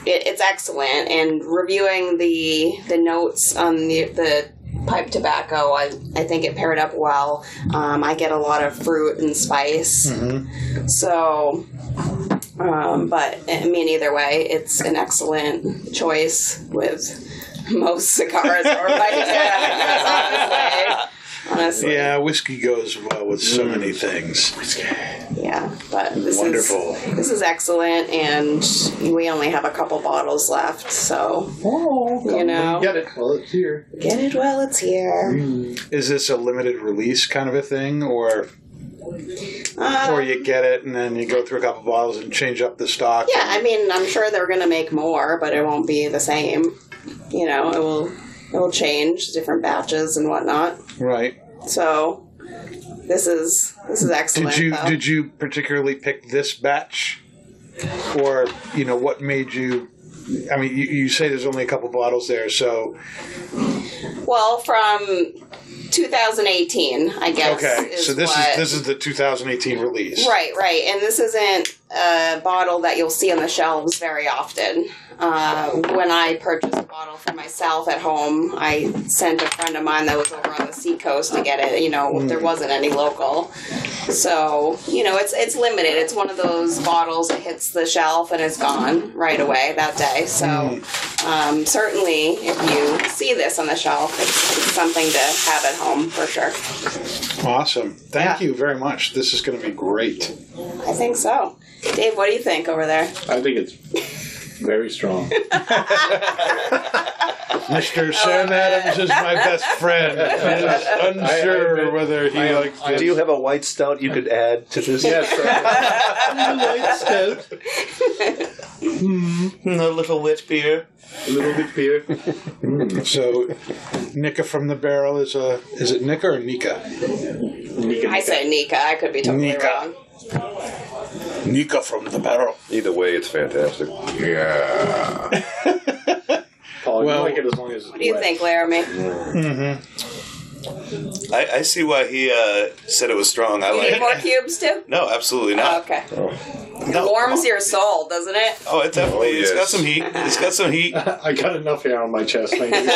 it, it's excellent. And reviewing the the notes on the the pipe tobacco, I, I think it paired up well. Um, I get a lot of fruit and spice. So, um, but I mean, either way, it's an excellent choice with most cigars or pipe tobaccos, honestly. honestly. yeah, whiskey goes well with so many things. Yeah, but this Wonderful. is this is excellent, and we only have a couple bottles left, so you know, Get it. Well, it's here. get it while it's Mm-hmm. here. Is this a limited release kind of a thing, or Uh, or you get it and then you go through a couple bottles and change up the stock? Yeah, I mean, I'm sure they're gonna make more, but it won't be the same. You know, it will it will change different batches and whatnot. Right. So this is this is excellent. Did you though. did you particularly pick this batch, or you know what made you? I mean, you, you say there's only a couple bottles there, so well from 2018, I guess. okay. Is So this what, is this is the 2018 release, Right, right. And this isn't a bottle that you'll see on the shelves very often. Uh, when I purchased a bottle for myself at home, I sent a friend of mine that was over on the seacoast to get it. You know, there wasn't any local. So, you know, it's it's limited. It's one of those bottles that hits the shelf and is gone right away that day. So, um, certainly if you see this on the shelf, it's, it's something to have at home for sure. Awesome. Thank Yeah. you very much. This is going to be great. I think so. Dave, what do you think over there? I think it's very strong. Oh, Mr. Sam Adams is my best friend. It is I- I unsure admit- whether he likes this. Do you have a white stout you could add to this? yes. Light stout. a little witch beer. A little bit beer. So, Nika from the barrel is a is it Nika or Nika? I say Nika. I could be totally Nika. wrong. Nika from the barrel. Either way, it's fantastic. Paul, Well- you like it as long as it's What do you wet. think, Laramie? I, I see why he uh, said it was strong. I You need like more it. cubes too? No, absolutely Oh, Uh, not. okay. No. Warms your soul, doesn't it? Oh, it definitely. Oh, It's got yes. some heat. It's got some heat. I got enough hair on my chest. Thank you.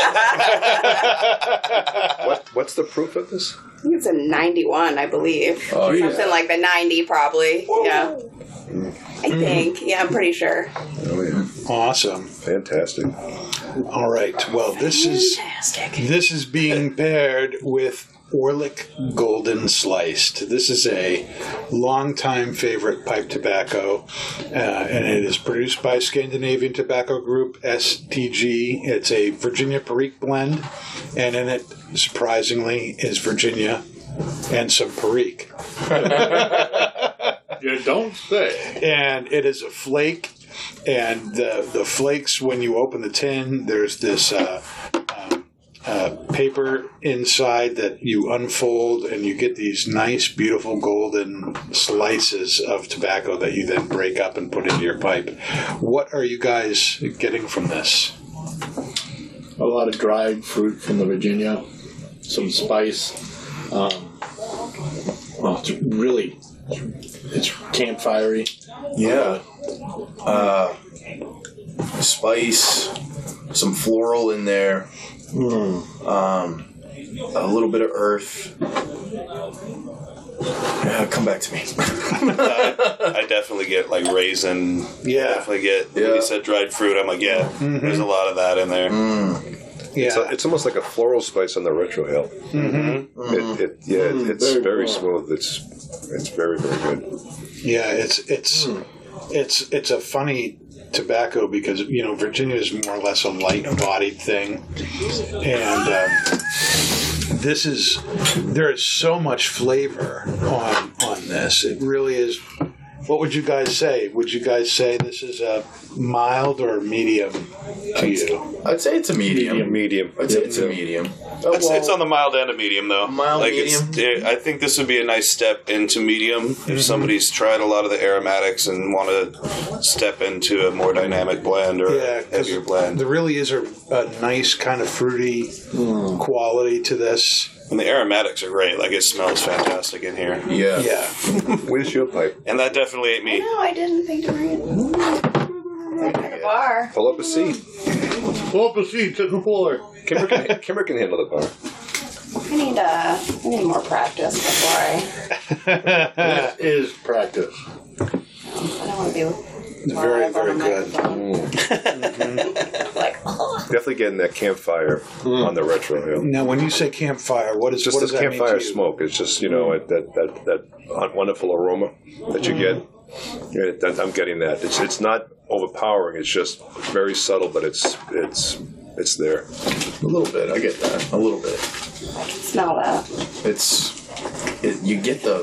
What what's the proof of this? I think it's a 91, I believe. Oh, yeah. Something like the 90, probably. Yeah. I think. Yeah, I'm pretty sure. Oh yeah, Awesome. fantastic. All right. Well, this is Fantastic. this is being paired with Orlick Golden Sliced. This is a longtime favorite pipe tobacco, uh, and it is produced by Scandinavian Tobacco Group (STG). It's a Virginia Perique blend, and in it, surprisingly, is Virginia and some Perique. you don't say. and it is a flake. And the the flakes, when you open the tin, there's this uh, uh, uh, paper inside that you unfold, and you get these nice, beautiful golden slices of tobacco that you then break up and put into your pipe. What are you guys getting from this? A lot of dried fruit from the Virginia, some spice. Um, well, it's really, it's campfirey. Yeah. Uh, spice, some floral in there, um, a little bit of earth. Yeah, come back to me. I definitely get like raisin. Yeah, Definitely get. Yeah. Mm-hmm. You said dried fruit. I'm like, yeah. There's a lot of that in there. Yeah. It's, a- it's almost like a floral spice on the retro hill. Mm-hmm. It, it, yeah, it- it's very very, smooth. It's it's very very good. Yeah, it's it's Hmm. it's it's a funny tobacco because you know Virginia is more or less a light-bodied thing, and um, this is there is so much flavor on on this. It really is. What would you guys say? Would you guys say this is a mild or medium to you? I'd say it's a medium. Medium. I'd say it's a medium. Uh, It's, well, it's on the mild end of medium, though. Mild, like It's, it, I think this would be a nice step into medium if somebody's tried a lot of the aromatics and want to step into a more dynamic blend or Yeah, a heavier blend. there really is a, a nice kind of fruity Hmm. quality to this. and the aromatics are great. Like it smells fantastic in here. yeah. Yeah, Where's your pipe? And that definitely ate me. No, I didn't think to bring it. At the bar. Pull up a seat. Pull the seats at the floor. Kimber can, Kimber can handle the bar. I need uh, I need more practice before I. That is practice. I don't want to be. very, live on a very good. microphone. like, oh, Definitely getting that campfire on the retro hill. Now, when you say campfire, what is Just Mm. what this does that mean to campfire you? smoke. It's just you know it, that that that wonderful aroma that you get. Mm-hmm. Yeah, that- I'm getting that. It's it's not overpowering. It's just very subtle, but it's it's it's there. A little bit. I get that. A little bit. I can smell that. It's. It, you get the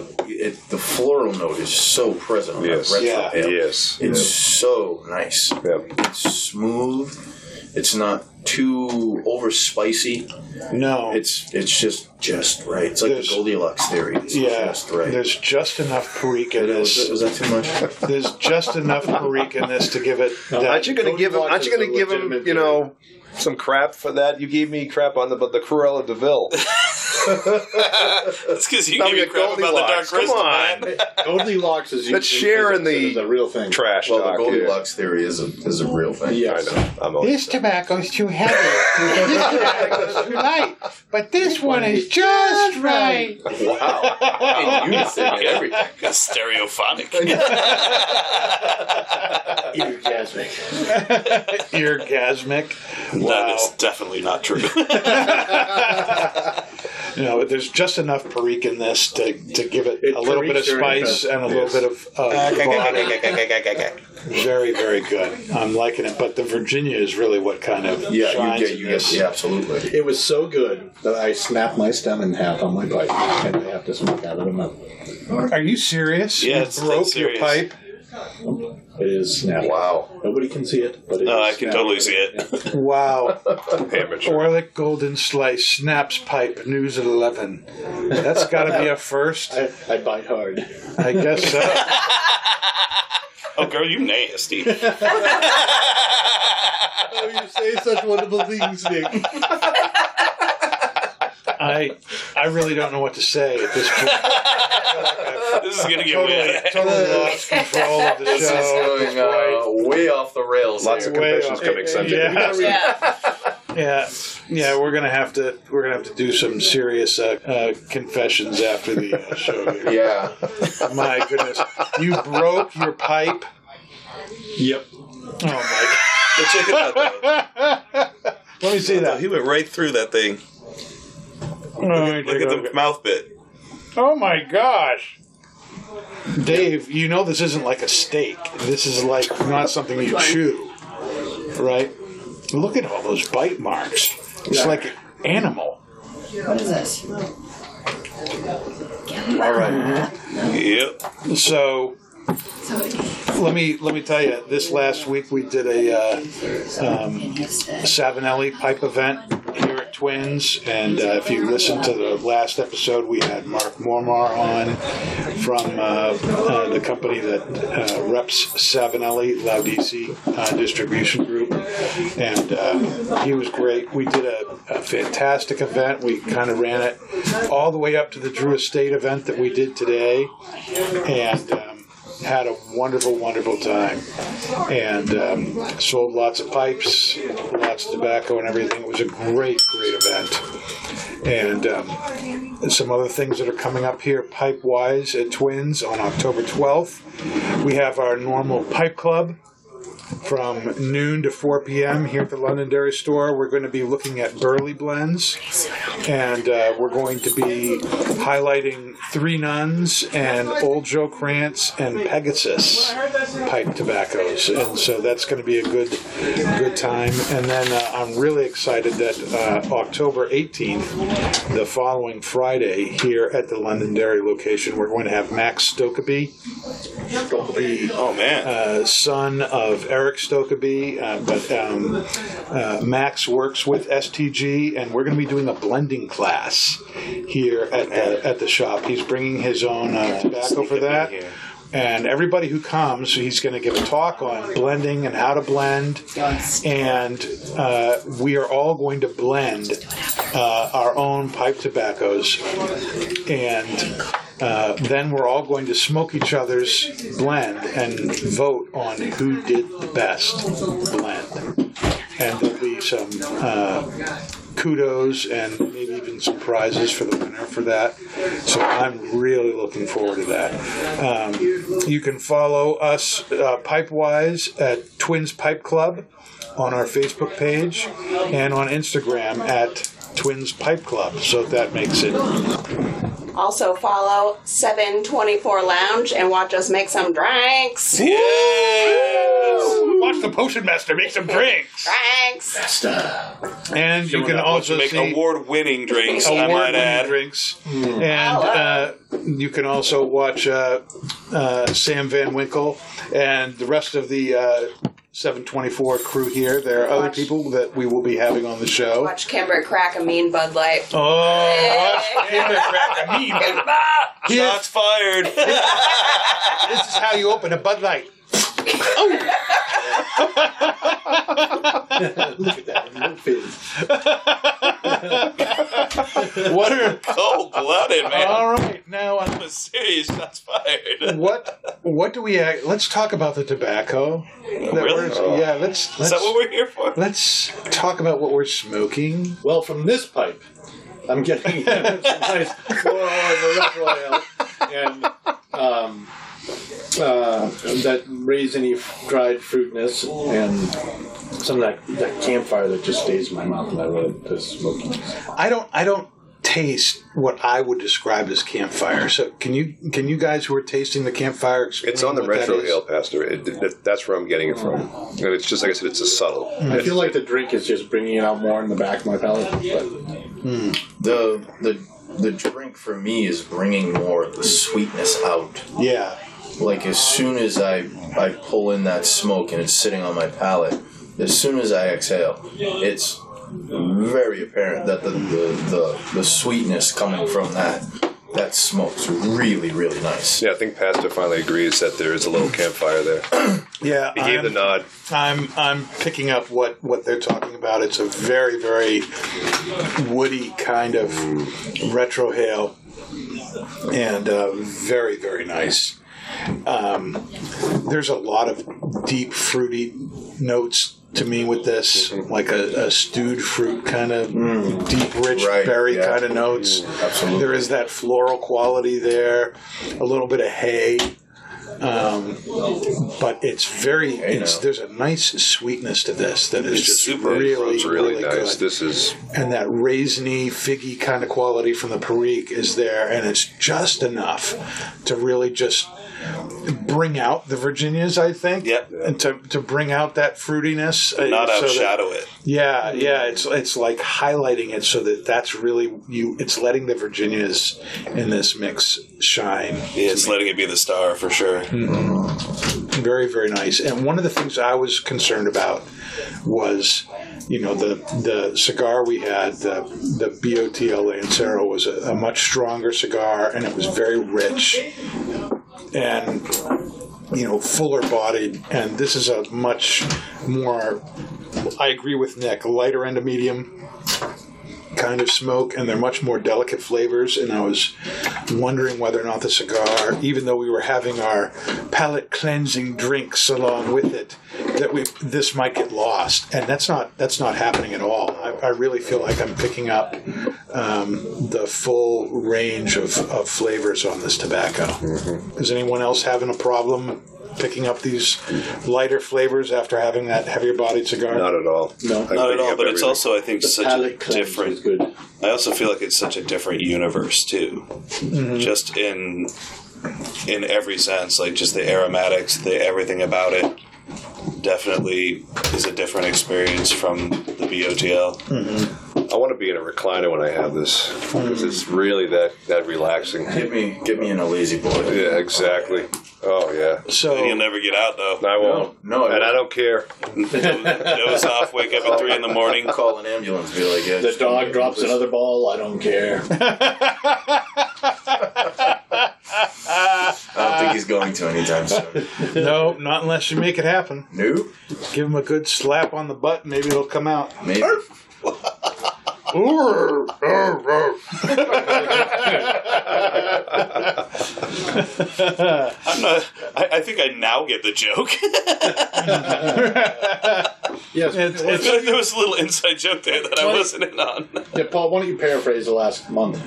it, the floral note is so present on Yes. that retro Yeah. ale. Yes. It's so nice. Yeah. It's smooth. It's not too over spicy. No, It's it's just just right. It's like There's- the Goldilocks theory. It's yeah. just right. There's just enough perique in was, this. that, was that too much? There's just enough perique in this to give it. Aren't That, you gonna give him? Aren't you gonna Goldilocks is a give him? legitimate You know, some crap for that. You gave me crap on the but the Cruella Deville. It's because you Now give we me got crap about the Goldilocks. dark Come crystal. on. man. Goldilocks is That's usually sharing considered the the real thing. Trash Well, talk. the yeah. Goldilocks theory is a is a real thing. I Yes. know. I'm always. tobacco's too heavy. this tobacco's too light. But this one is just right. Wow. In unison and everything. It's stereophonic. Orgasmic. Eargasmic. That is Wow. definitely not true. You know, there's just enough perique in this to, to give it, It a little bit of periques during spice the- and a little bit of uh, body. Very, very good. I'm liking it. But the Virginia is really what kind of Yeah, shines you get in you this. get yeah, absolutely. It was so good that I snapped my stem in half on my pipe, and I have to smoke out of my mouth. Are you serious? Yeah, you it's- broke it's your serious. pipe. It is snapped. Wow. Nobody can see it, but it No, is I can snapped. totally see it. Wow. Amateur. Orlick Golden Slice snaps pipe news at eleven. That's got to be a first, I, I bite hard. I guess. So. Oh, girl, you nasty. Oh, you say such wonderful things, Nick. I I really don't know what to say at this point. This is gonna get Totally, weird. totally lost control of the show. Going uh, way off the rails. Lots here. of Way confessions off. coming Sunday. Yeah, Yeah. yeah, yeah. We're gonna have to we're gonna have to do some serious uh, uh, confessions after the uh, show. Here. yeah. My goodness, you broke your pipe. Yep. Oh my! But check it out, though. Let me see that. He went right through that thing. Look at the mouth bit. Oh my gosh. Dave, you know this isn't like a steak. This is like not something you chew. Right? Look at all those bite marks. It's like an animal. What is this? All right. Yep. So let me let me tell you. This last week we did a uh, um, Savinelli pipe event here at Twins, and uh, if you listen to the last episode, we had Mark Mormar on from uh, uh, the company that uh, reps Savinelli Laudisi uh, Distribution Group, and uh, he was great. We did a, a fantastic event. We kind of ran it all the way up to the Drew Estate event that we did today and um, had a wonderful, wonderful time. And um, sold lots of pipes, lots of tobacco, and everything. It was a great, great event. And um, some other things that are coming up here, pipe wise, at Twins on October 12th. We have our normal pipe club from noon to 4 p.m. here at the Londonderry store. We're going to be looking at Burley blends, and uh, we're going to be highlighting Three Nuns and Old Joe Krantz and Pegasus pipe tobaccos, and so that's going to be a good good time. And then uh, I'm really excited that uh, October 18th, the following Friday, here at the Londonderry location, we're going to have Max Stokeby Oh man, uh, son of Eric Stokeby, uh, but um, uh, Max works with STG, and we're going to be doing a blending class here at the, at the shop. He's bringing his own uh, tobacco for that. And everybody who comes, he's going to give a talk on blending and how to blend. And uh, we are all going to blend uh, our own pipe tobaccos. And uh, then we're all going to smoke each other's blend and vote on who did the best blend. And there'll be some uh, kudos and maybe even some prizes for the winner for that. So I'm really looking forward to that. Um, you can follow us uh, Pipewise at Twins Pipe Club on our Facebook page and on Instagram at Twins Pipe Club. So that makes it Also follow 724 Lounge and watch us make some drinks. Watch the Potion Master make some drinks. Drinks. And you can also make see award-winning drinks. I might award-winning add. drinks. And Hello. uh, you can also watch uh, uh, Sam Van Winkle and the rest of the uh, 724 crew here. There are other Watch. people that we will be having on the show. Watch Kimber crack a mean Bud Light. Oh, watch him crack a mean Bud Light. Here- Shots fired. This is how you open a Bud Light. Look at that. No fizz. What are, Cold-blooded man. all right, now I'm I'm serious. Shots fired. what what do we act, let's talk about the tobacco that Really? Oh. we're, yeah let's Is let's, that what we're here for? let's talk about what we're smoking Well, from this pipe, I'm getting some nice floral and oil and um, uh, that raisiny dried fruitness and some of that, that campfire that just stays in my mouth when I love the smoking. i don't i don't taste what i would describe as campfire so can you can you guys who are tasting the campfire explain It's on the what that retro is? ale, Pastor. It, that- that's where I'm getting it from. And it's just like I said, it's a subtle. I feel like the drink is just bringing it out more in the back of my palate. But The the the drink for me is bringing more of the sweetness out. yeah Like as soon as I I pull in that smoke and it's sitting on my palate, as soon as I exhale, it's very apparent that the the, the, the sweetness coming from that that smoke's really really nice. Yeah, I think Pastor finally agrees that there is a little campfire there. yeah He gave the I'm- nod. I'm I'm picking up what what they're talking about. It's a very very woody kind of retro hail, and uh, very very nice. Um, there's a lot of deep fruity notes to me with this, Mm-hmm. like a, a stewed fruit kind of deep rich Mm. Right, berry yeah. Mm-hmm. kind of notes. absolutely. There is that floral quality there, a little bit of hay. Um, but it's very it's now. there's a nice sweetness to this that is just super- really It's really, nice. good. This is And that raisiny, figgy kind of quality from the Perique is there, and it's just enough to really just bring out the Virginias, I think. Yep. And to, to bring out that fruitiness. uh, Not so that- outshadow it. yeah, yeah, it's it's like highlighting it so that that's really you. It's letting the Virginias in this mix shine. Yeah, it's letting it be the star for sure. very very nice and one of the things i was concerned about was you know the the cigar we had the the botl lancero was a, a much stronger cigar and it was very rich and you know fuller bodied and this is a much more i agree with nick lighter end of medium kind of smoke and they're much more delicate flavors and i was wondering whether or not the cigar even though we were having our palate cleansing drinks along with it that we this might get lost and that's not that's not happening at all i, I really feel like i'm picking up um, the full range of, of flavors on this tobacco is anyone else having a problem picking up these lighter flavors after having that heavier bodied cigar? Not at all. No. I'm Not at picking all, up but it's everything. also I think The such a palate cleanse different was good. I also feel like it's such a different universe too, just in in every sense. Like just the aromatics, the everything about it, definitely is a different experience from the BOTL. I want to be in a recliner when I have this because it's really that that relaxing. Get me, get me in a lazy boy. Yeah, exactly. Oh yeah. You'll So, never get out though. I won't. No, no, I and I don't care. Doze off, wake up at three in the morning. Call an ambulance. Be like, yeah, The just- dog drops another ball. I don't care. I don't think he's going to anytime soon. no, not unless you make it happen. Nope. Give him a good slap on the butt, maybe it'll come out. Maybe. I'm not. I, I think I now get the joke. Yes, It's, I it's, feel like there was a little inside joke there that I wasn't in on. yeah, Paul. Why don't you paraphrase the last month?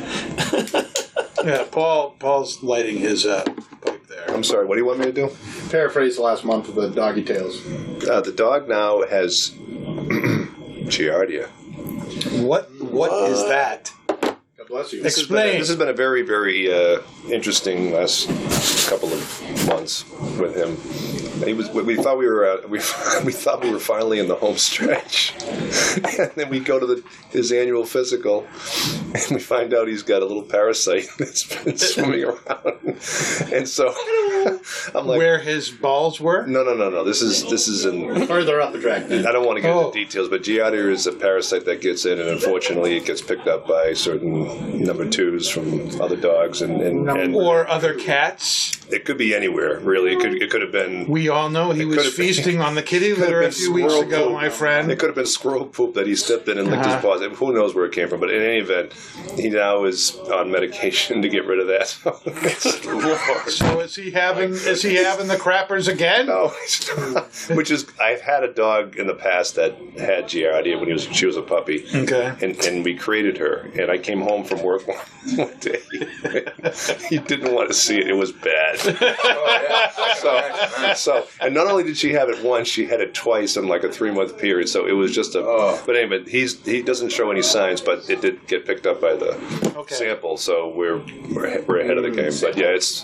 yeah, Paul. Paul's lighting his uh, pipe there. I'm sorry. What do you want me to do? Paraphrase the last month of the Doggy Tales. Uh, the dog now has giardia. What? what Uh, is that? God bless you. Ex- This has been a- Explain. This has been a very, very uh, interesting last couple of months with him. He was. We we thought we were. At, we we thought we were finally in the home stretch, and then we go to the his annual physical, and we find out he's got a little parasite that's been swimming around, and so I'm like, Where his balls were? no, no, no, no. This is this is in Further up the track. Then. I don't want to get Oh. into details, but Giardia is a parasite that gets in, and unfortunately, it gets picked up by certain number twos from other dogs, and, and, and or other cats. it could be anywhere. Really, it could it could have been We all know he was could've been- feasting on the kitty litter a been few weeks squirrel ago, poop. my friend. it could have been squirrel poop that he stepped in and licked Uh-huh. his paws. And Who knows where it came from? But in any event, he now is on medication to get rid of that. Lord. So is he having is he having the crappers again? No, it's not. which is I've had a dog in the past that had Giardia when he was she was a puppy. Okay. and, and we created her. And I came home from work one, one day. he didn't want to see it. It was bad. So, so, and not only did she have it once, she had it twice in like a three month period. So it was just a. Oh. But anyway, he's he doesn't show any signs, but it did get picked up by the Okay. sample. So we're we're, we're ahead of the game. But yeah, it's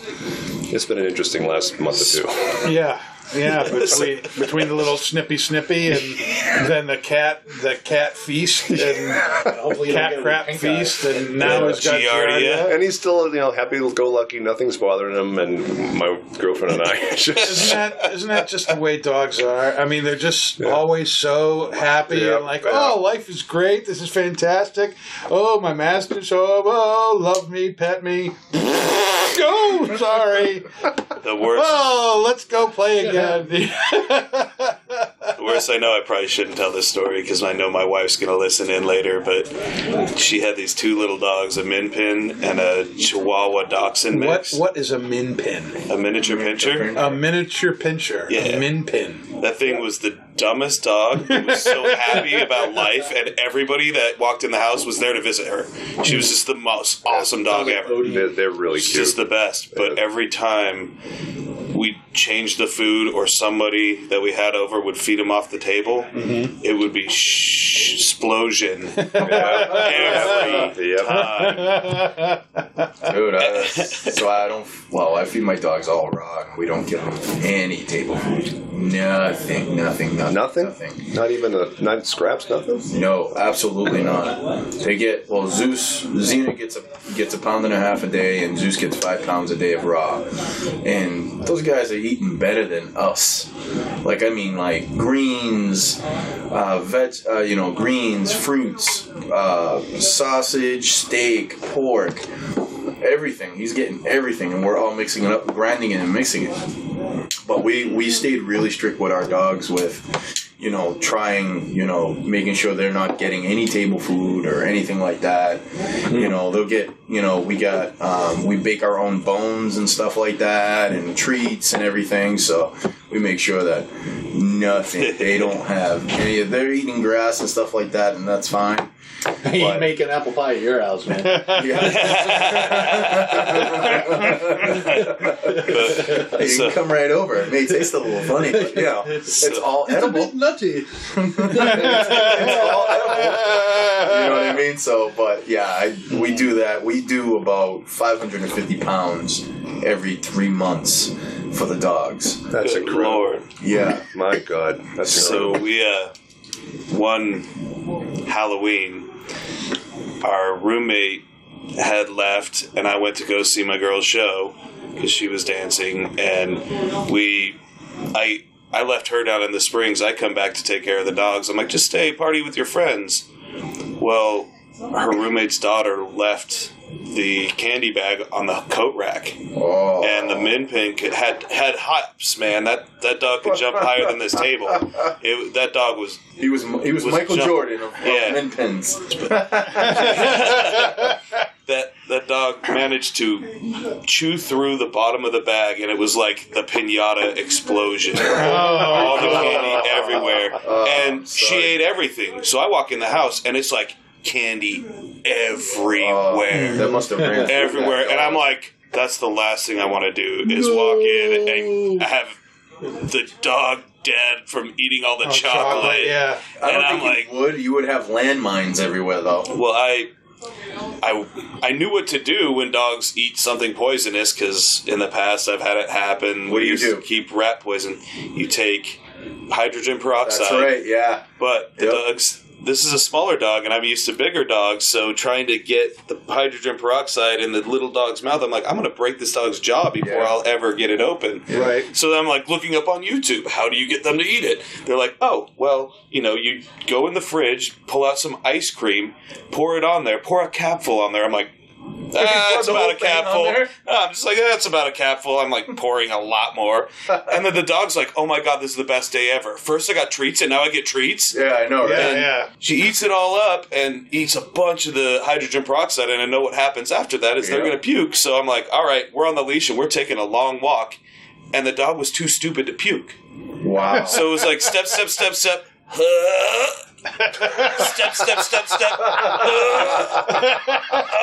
it's been an interesting last month or two. Yeah. Yeah, between, between the little snippy snippy and then the cat the cat feast and Hopefully you don't cat get crap any pink eye. feast and now he's got Giardia. Giardia. And he's still, you know, happy go lucky. Nothing's bothering him. And my girlfriend and I just Isn't that, isn't that just the way dogs are? I mean, they're just always so happy Yeah, and like, yeah. oh, life is great. This is fantastic. Oh, my master's home. Oh, love me, pet me. oh, sorry. The worst, Oh, let's go play again. the worst. I know I probably shouldn't tell this story because I know my wife's gonna listen in later. But she had these two little dogs, a min pin and a Chihuahua Dachshund what mix, What is a min pin? a miniature pincher. A miniature pincher. Yeah. A min pin. That thing was the dumbest dog. It was so happy about life, and everybody that walked in the house was there to visit her. She was just the most awesome dog ever. they're, they're really She's cute. just the best. But Yeah. every time we changed the food, or somebody that we had over would feed him off the table, Mm-hmm. it would be sh- explosion every Yeah. time. Dude, I, so I don't. Well, I feed my dogs all raw. and We don't give them any table food. Nothing, nothing, nothing, Nothing? nothing. Not even a not scraps, nothing? No, absolutely not. They get well. Zeus, Xena gets a gets a pound and a half a day, and Zeus gets five pounds a day of raw. And those guys are eating better than us. Like I mean, like greens, uh, veg, uh, you know, greens, fruits, uh, sausage, steak, pork, everything. He's getting everything, and we're all mixing it up, grinding it, and mixing it. But we we stayed really strict with our dogs with, you know, trying, you know, making sure they're not getting any table food or anything like that. You know, they'll get, you know, we got um, we bake our own bones and stuff like that, and treats and everything. So we make sure that nothing, they don't have any, they're eating grass and stuff like that, and that's fine. you make an apple pie at your house, man. You So- can come right over. It may taste a little funny, but you know, it's all edible. nutty. It's all edible. You know what I mean? So, but yeah, I, we do that. We do about 550 pounds every three months for the dogs. That's Good incredible. Lord. Yeah. My God, that's incredible. So we uh, one Halloween, our roommate had left, and I went to go see my girl's show because she was dancing, and we, I. I left her down in the springs. I come back to take care of the dogs. I'm like, just stay, party with your friends. Well, her roommate's daughter left the candy bag on the coat rack Oh. and the min pink had had hops, man. That that dog could jump higher than this table. It, that dog was he was he was, was Michael jump- Jordan of, of Yeah. men pins. that that dog managed to chew through the bottom of the bag, and it was like the pinata explosion. Oh. All the candy everywhere, and she Oh, sorry. ate everything. So I walk in the house, and it's like candy Oh, everywhere. that must have ran through everywhere, that and I'm dog. like, that's the last thing I want to do is walk in and have the dog dead from eating all the Oh, chocolate. yeah. I and don't I'm think like, you would. You would have landmines everywhere, though. well, I, I, I knew what to do when dogs eat something poisonous because in the past I've had it happen. What do We you used to do? Keep rat poison. You take hydrogen That's peroxide. right. Yeah. But the Yep. dogs, this is a smaller dog, and I'm used to bigger dogs. So trying to get the hydrogen peroxide in the little dog's mouth, I'm like, I'm going to break this dog's jaw before Yeah. I'll ever get it open. Right. So then I'm like looking up on YouTube, how do you get them to eat it? They're like, oh, well, you know, you go in the fridge, pull out some ice cream, pour it on there, pour a capful on there. I'm like, pour that's the about whole a thing on capful. there? I'm just like, that's about a capful. I'm like pouring a lot more. And then the dog's like, oh my God, this is the best day ever. First I got treats and now I get treats. Yeah, I know, Yeah, right? yeah. She eats it all up and eats a bunch of the hydrogen peroxide, and I know what happens after that is they're Yeah. going to puke. So I'm like, all right, we're on the leash and we're taking a long walk, and the dog was too stupid to puke. Wow. So it was like step, step, step, step, step, step, step, step.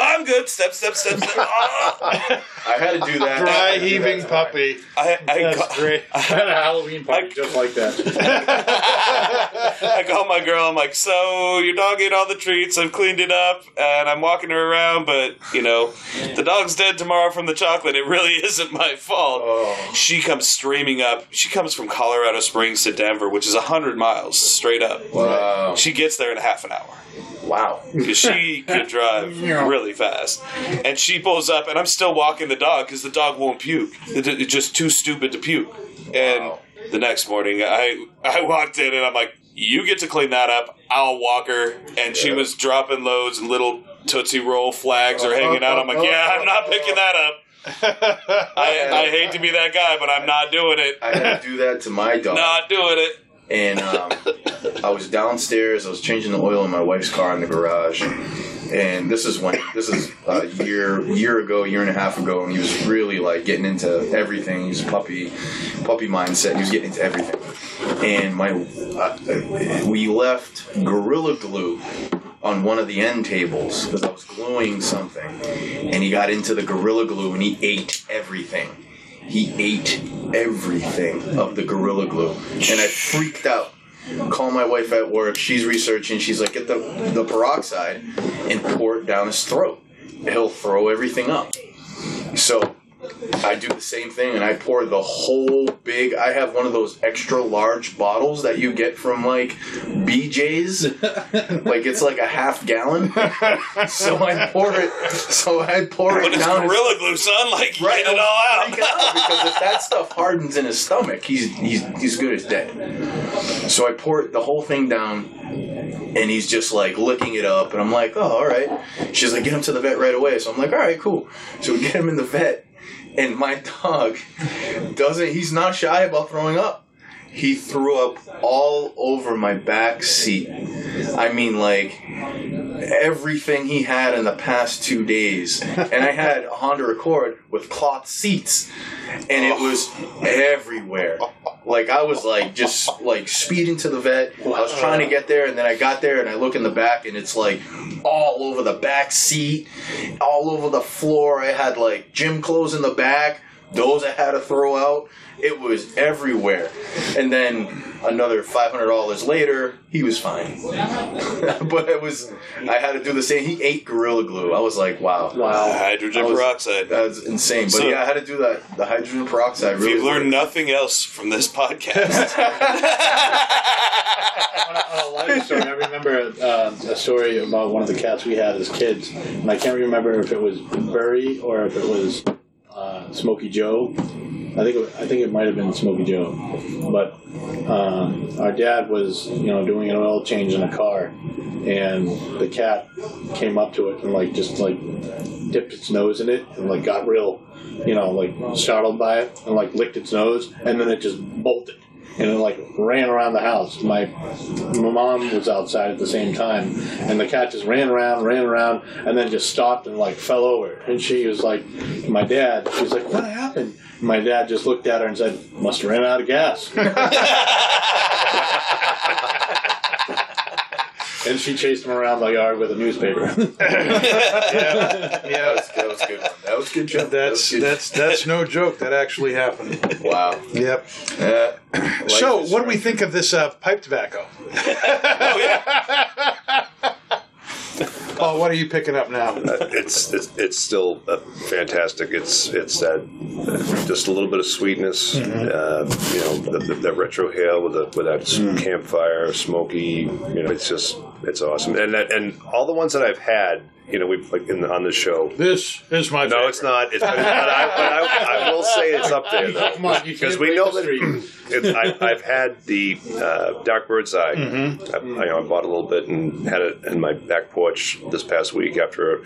I'm good. Step, step, step, step. I, I had to do that. I Dry had to do heaving that. puppy. I, That's ca- great. I had a Halloween party just like that. I call my girl. I'm like, so your dog ate all the treats. I've cleaned it up, and I'm walking her around. But you know, the dog's dead tomorrow from the chocolate. It really isn't my fault. She comes streaming up. She comes from Colorado Springs to Denver, which is hundred miles straight up. Wow. She gets there in half an hour. Uh, Wow. 'Cause she could drive really fast. And she pulls up, and I'm still walking the dog because the dog won't puke. It- It's just too stupid to puke. And Wow. the next morning, I I walked in and I'm like, "You get to clean that up. I'll walk her." And she was dropping loads and little tootsie roll flags are hanging out. I'm like, "Yeah, I'm not picking that up." I, I hate to be that guy, but I'm not doing it. I had to do that to my dog. Not doing it. and um, I was downstairs. I was changing the oil in my wife's car in the garage, and this is when this is a year year ago, year and a half ago, and he was really like getting into everything. He's a puppy puppy mindset. He was getting into everything, and my uh, we left gorilla glue on one of the end tables because I was gluing something, and he got into the gorilla glue and he ate everything. He ate everything of the gorilla glue, and I freaked out. Call my wife at work. She's researching. She's like, get the the peroxide and pour it down his throat. He'll throw everything up. So I do the same thing, and I pour the whole big. I have one of those extra large bottles that you get from like BJ's like it's like a half gallon. so I pour it. So I pour But it it's down. his- gorilla glue, son. Like, Right, get it all I out. freak because if that stuff hardens in his stomach, he's he's he's good as dead. So I pour it- the whole thing down, and he's just like licking it up, and I'm like, oh, all right. She's like, get him to the vet right away. So I'm like, all right, cool. So we get him in the vet, and my dog doesn't. He's not shy about throwing up. He threw up all over my back seat. I mean, like everything he had in the past two days. And I had a Honda Accord with cloth seats, and it was everywhere. Like I was like just like speeding to the vet. I was trying to get there, and then I got there, and I look in the back, and it's like all over the back seat, all over the floor. I had like gym clothes in the back. Those I had to throw out. It was everywhere. And then another five hundred dollars later, he was fine. but it was I had to do the same. He ate gorilla glue. I was like, wow, Wow. Hydrogen I was- peroxide. that's insane. But So- yeah, I had to do that. The hydrogen peroxide. if Really you learn worked. nothing else from this podcast, On a- on a lighter story, I remember uh, a story about one of the cats we had as kids, and I can't remember if it was Burry or if it was uh, Smokey Joe. I think it, I think it might have been Smokey Joe, but um, our dad was you know doing an oil change in a car, and the cat came up to it and like just like dipped its nose in it and like got real you know like startled by it and like licked its nose and then it just bolted and it like ran around the house. My, my mom was outside at the same time, and the cat just ran around, ran around, and then just stopped and like fell over. And she was like, my dad, she was like, what happened? My dad just looked at her and said, must have ran out of gas. and she chased him around the yard with a newspaper. Yeah, That was a good. one. That was a good job. that's that's that's no joke. That actually happened. wow. Yep. Uh, So, life is what do we strange. think of this uh, pipe tobacco? oh, what are you picking up now? Uh, it's, it's it's still uh, fantastic. It's it's that uh, just a little bit of sweetness, uh, you know, the, the, that retro hail with the, with that s- campfire smoky. You know, it's just it's awesome. And that, and all the ones that I've had, you know, we've like in the, on the show. This is my. No, it's not. It's, but, I, but I, I will say it's up there though. Come on, you because can't we break know the that streak. it, I, I've had the uh, dark bird's eye. Mm-hmm. I, you know, I bought a little bit and had it in my back porch this past week after a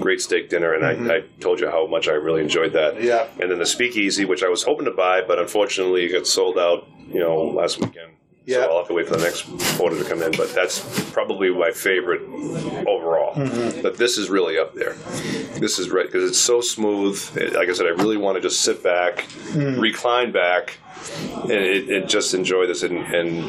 great steak dinner, and Mm-hmm. I, I told you how much I really enjoyed that. Yeah. And then the speakeasy, which I was hoping to buy, but unfortunately it got sold out. You know, last weekend. Yeah. So I'll have to wait for the next order to come in, but that's probably my favorite overall. Mm-hmm. But this is really up there. This is right because it's so smooth. It- like I said, I really want to just sit back, Hmm. recline back, and, it, and just enjoy this. And, and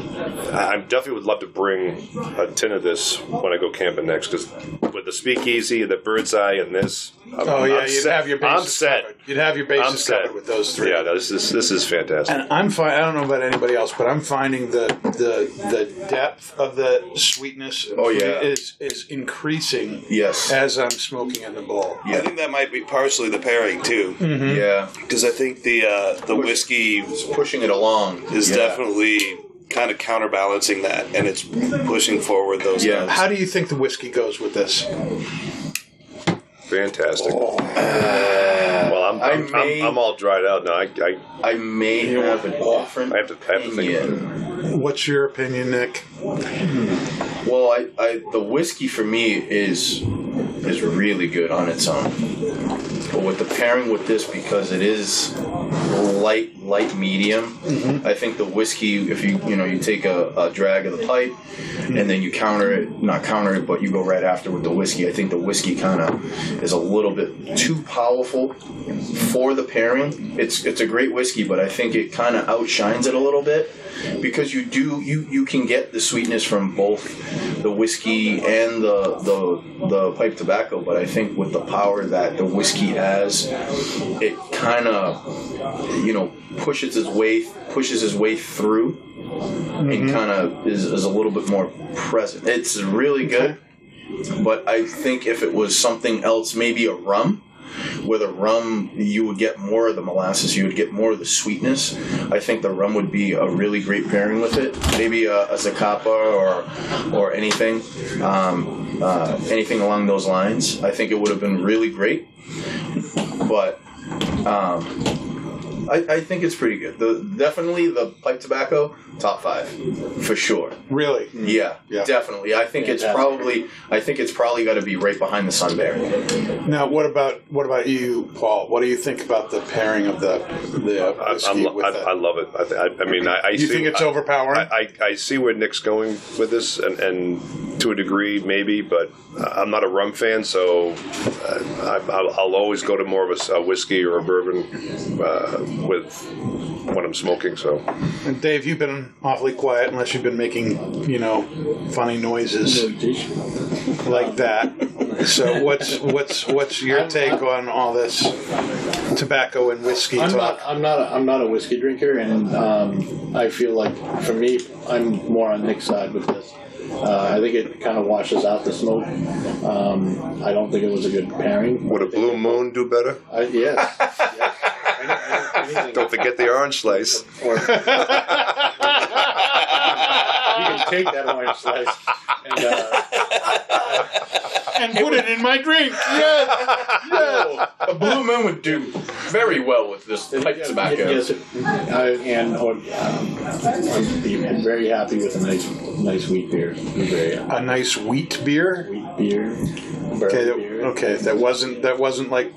I I definitely would love to bring a tin of this when I go camping next because with the speakeasy, the bird's eye, and this, I'm, Oh yeah, I'm you'd set. have your I'm bases set. covered. You'd have your I'm bases set covered with those three. Yeah, no, this is this is fantastic. And I'm fine. I don't know about anybody else, but I'm finding the the the depth of the sweetness. Oh, yeah. is is increasing Yes. as I'm smoking in the bowl. I think that might be partially the pairing Mm. too, Yeah. because I think the uh, the whiskey It's pushing it along. is yeah. definitely kind of counterbalancing that, and it's pushing forward those. Yeah. notes. How do you think the whiskey goes with this? Fantastic. Oh. well, I'm I'm, I I'm, may- I'm all dried out now. I, I, I may have a different. I have to I have to think. about it. opinion. What's your opinion, Nick? Well, I, I the whiskey for me is is really good on its own. But with the pairing with this, because it is light, light medium, I think the whiskey, if you you know you take a, a drag of the pipe, and then you counter it, not counter it, but you go right after with the whiskey. I think the whiskey kind of is a little bit too powerful for the pairing. It's it's a great whiskey, but I think it kind of outshines it a little bit because you do you you can get the sweetness from both the whiskey and the the the pipe tobacco, but I think with the power that the whiskey has, it kind of you know pushes its way pushes its way through and kind of is, is a little bit more present. It's really good, but I think if it was something else, maybe a rum. With a rum, you would get more of the molasses. You would get more of the sweetness. I think the rum would be a really great pairing with it. Maybe a, a Zacapa or or anything, um, uh, anything along those lines. I think it would have been really great. But um, I, I think it's pretty good. The definitely the pipe tobacco top five for sure. Really? Yeah, Mm-hmm. Yeah. definitely. I think it's Fantastic. probably I think it's probably got to be right behind the Sun Bear. Now, what about what about you, Paul? What do you think about the pairing of the the I, whiskey I'm, with I, it? I love it. I, th- I, I mean, I, I you see, think it's I, overpowering? I, I see where Nick's going with this, and, and to a degree, maybe, but I'm not a rum fan, so uh, I'm- I'll, I'll always go to more of a s- a, whiskey or a bourbon uh, with when I'm smoking. So And Dave, you've been awfully quiet unless you've been making, you know, funny noises like that. So what's what's what's your take on all this tobacco and whiskey I'm talk? not. I'm not. A, I'm not a whiskey drinker, and um, I feel like for me, I'm more on Nick's side with this. Uh, I think it kind of washes out the smoke. Um, I don't think it was a good pairing. would a blue moon do better? I, yes. yes. Any- any- anything. Don't forget the orange slice. Or- you can take that orange slice. And, uh, and put it in my drink. Yeah. A blue moon would do very well with this type of y- yes, it- I, and or, um, I'm, I'm very happy with a nice, nice wheat beer. I'm very happy. A nice wheat beer. Wheat beer. Okay, bourbon that, beer. okay, that wasn't that wasn't like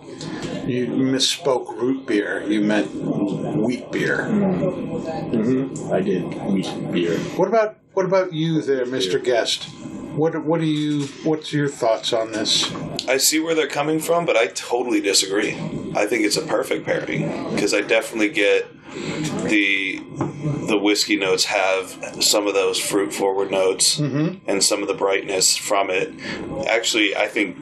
you misspoke root beer. You meant wheat beer. Mm-hmm. I did wheat beer. What about what about you there, Mr. Guest? What what do you what's your thoughts on this? I see where they're coming from, but I totally disagree. I think it's a perfect pairing because I definitely get the the whiskey notes have some of those fruit forward notes Mm-hmm. and some of the brightness from it. Actually, I think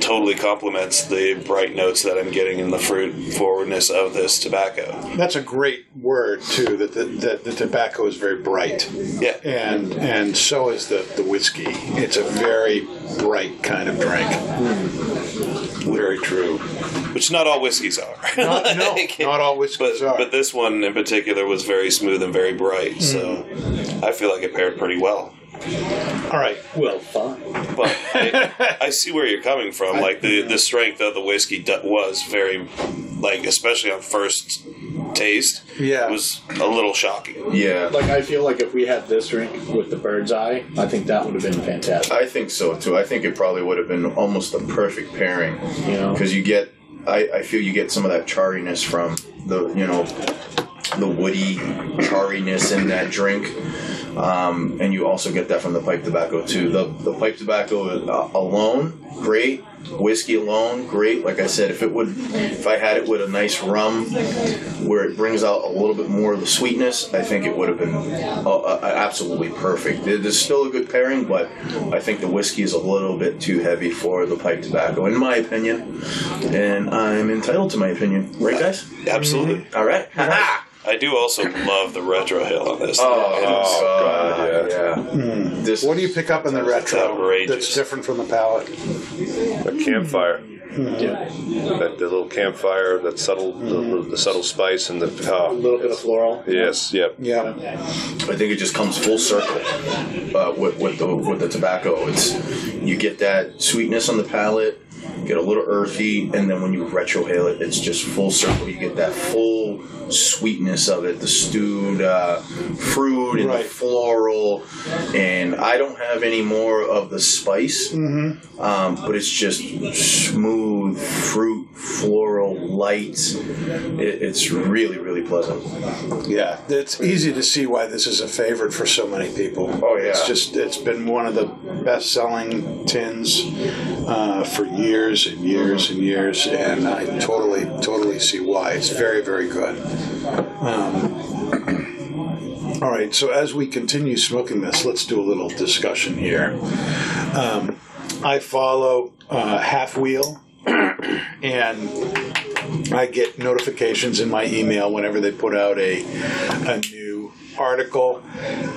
totally complements the bright notes that I'm getting in the fruit forwardness of this tobacco. That's a great word too. That the, that the tobacco is very bright, Yeah. and and so is the the whiskey. It's a very bright kind of drink. Very true. Which not all whiskeys are. Not, no, Like- not all But whiskeys are. but this one in particular was very smooth and very bright, so Mm-hmm. I feel like it paired pretty well. all right. Well, fine. But I, I see where you're coming from. Like the the strength of the whiskey do- was very, like especially on first taste, Yeah. was a little shocking. Yeah, Like I feel like if we had this drink with the bird's eye, I think that would have been fantastic. I think so too. I think it probably would have been almost the perfect pairing You know, because you get, I, I feel you get some of that chariness from the, you know, the woody chariness in that drink. Um, and you also get that from the pipe tobacco too. The, the pipe tobacco uh, alone, great. Whiskey alone, great. Like I said, if it would, if I had it with a nice rum, where it brings out a little bit more of the sweetness, I think it would have been uh, uh, absolutely perfect. It is still a good pairing, but I think the whiskey is a little bit too heavy for the pipe tobacco, in my opinion. And I'm entitled to my opinion, right, guys? Absolutely, All right. Ha-ha! I do also love the retro hill on this. Oh, God, God, yeah. This Hmm. What do you pick up in the retro outrageous. that's different from the palate? A campfire. yeah. That the little campfire, that subtle, the, the subtle spice, and the a oh, little bit of floral. yes, yep. Yeah. I think it just comes full circle uh, with, with the with the tobacco. It's you get that sweetness on the palate, get a little earthy, and then when you retrohale it, it's just full circle. You get that full sweetness of it, the stewed uh, fruit and Right. the floral, and I don't have any more of the spice, um, but it's just smooth fruit, floral, light. It, it's really really pleasant. Yeah. It's easy to see why this is a favorite for so many people. Oh, yeah. It's just it's been one of the best selling tins uh, for years and years and years, and I totally totally see why. It's very very good. Um, all right. So as we continue smoking this, let's do a little discussion here. Um, I follow uh, Half Wheel and. I get notifications in my email whenever they put out a, a new article,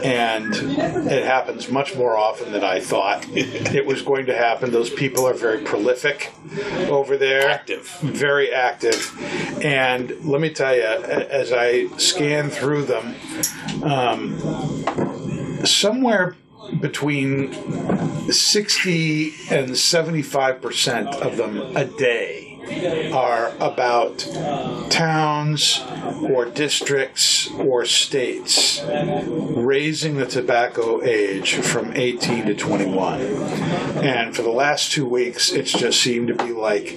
and it happens much more often than I thought it was going to happen. Those people are very prolific over there, Active. very active, and let me tell you, as I scan through them, um, somewhere between 60 and 75% of them a day are about towns or districts or states raising the tobacco age from 18 to 21. And for the last two weeks, it's just seemed to be like,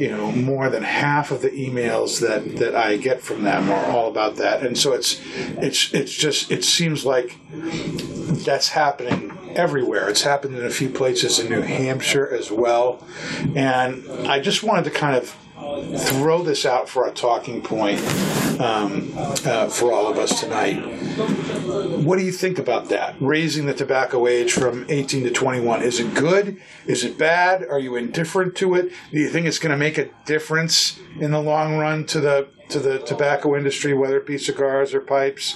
you know, more than half of the emails that, that I get from them are all about that. And so it's, it's, it's just, it seems like that's happening everywhere. It's happened in a few places in New Hampshire as well. And I just wanted to kind of throw this out for a talking point um, uh, for all of us tonight. What do you think about that? Raising the tobacco age from 18 to 21. Is it good? Is it bad? Are you indifferent to it? Do you think it's going to make a difference in the long run to the to the tobacco industry, whether it be cigars or pipes?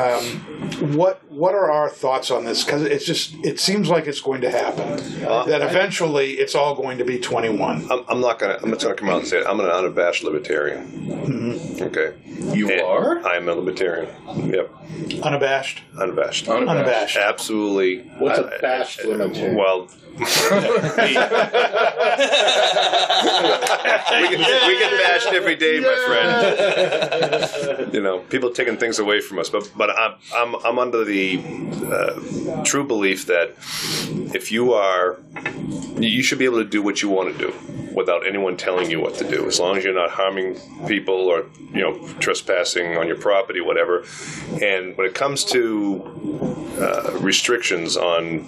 Um, what what are our thoughts on this? Because it's just it seems like it's going to happen. Uh-huh. that eventually it's all going to be 21. I'm, I'm not gonna. I'm just gonna come out and say it. I'm an unabashed libertarian. Mm-hmm. Okay, You And are? Eh, I'm a libertarian. Yep, Unabashed. unabashed. Unabashed. Absolutely. What's I- a bashed libertarian? Well, we, get, we get bashed every day, my friend. You know, people taking things away from us, but but I'm I'm, I'm under the uh, true belief that if you are, you should be able to do what you want to do without anyone telling you what to do, as long as you're not harming people or you know trespassing on your property, whatever. And when it comes to uh, restrictions on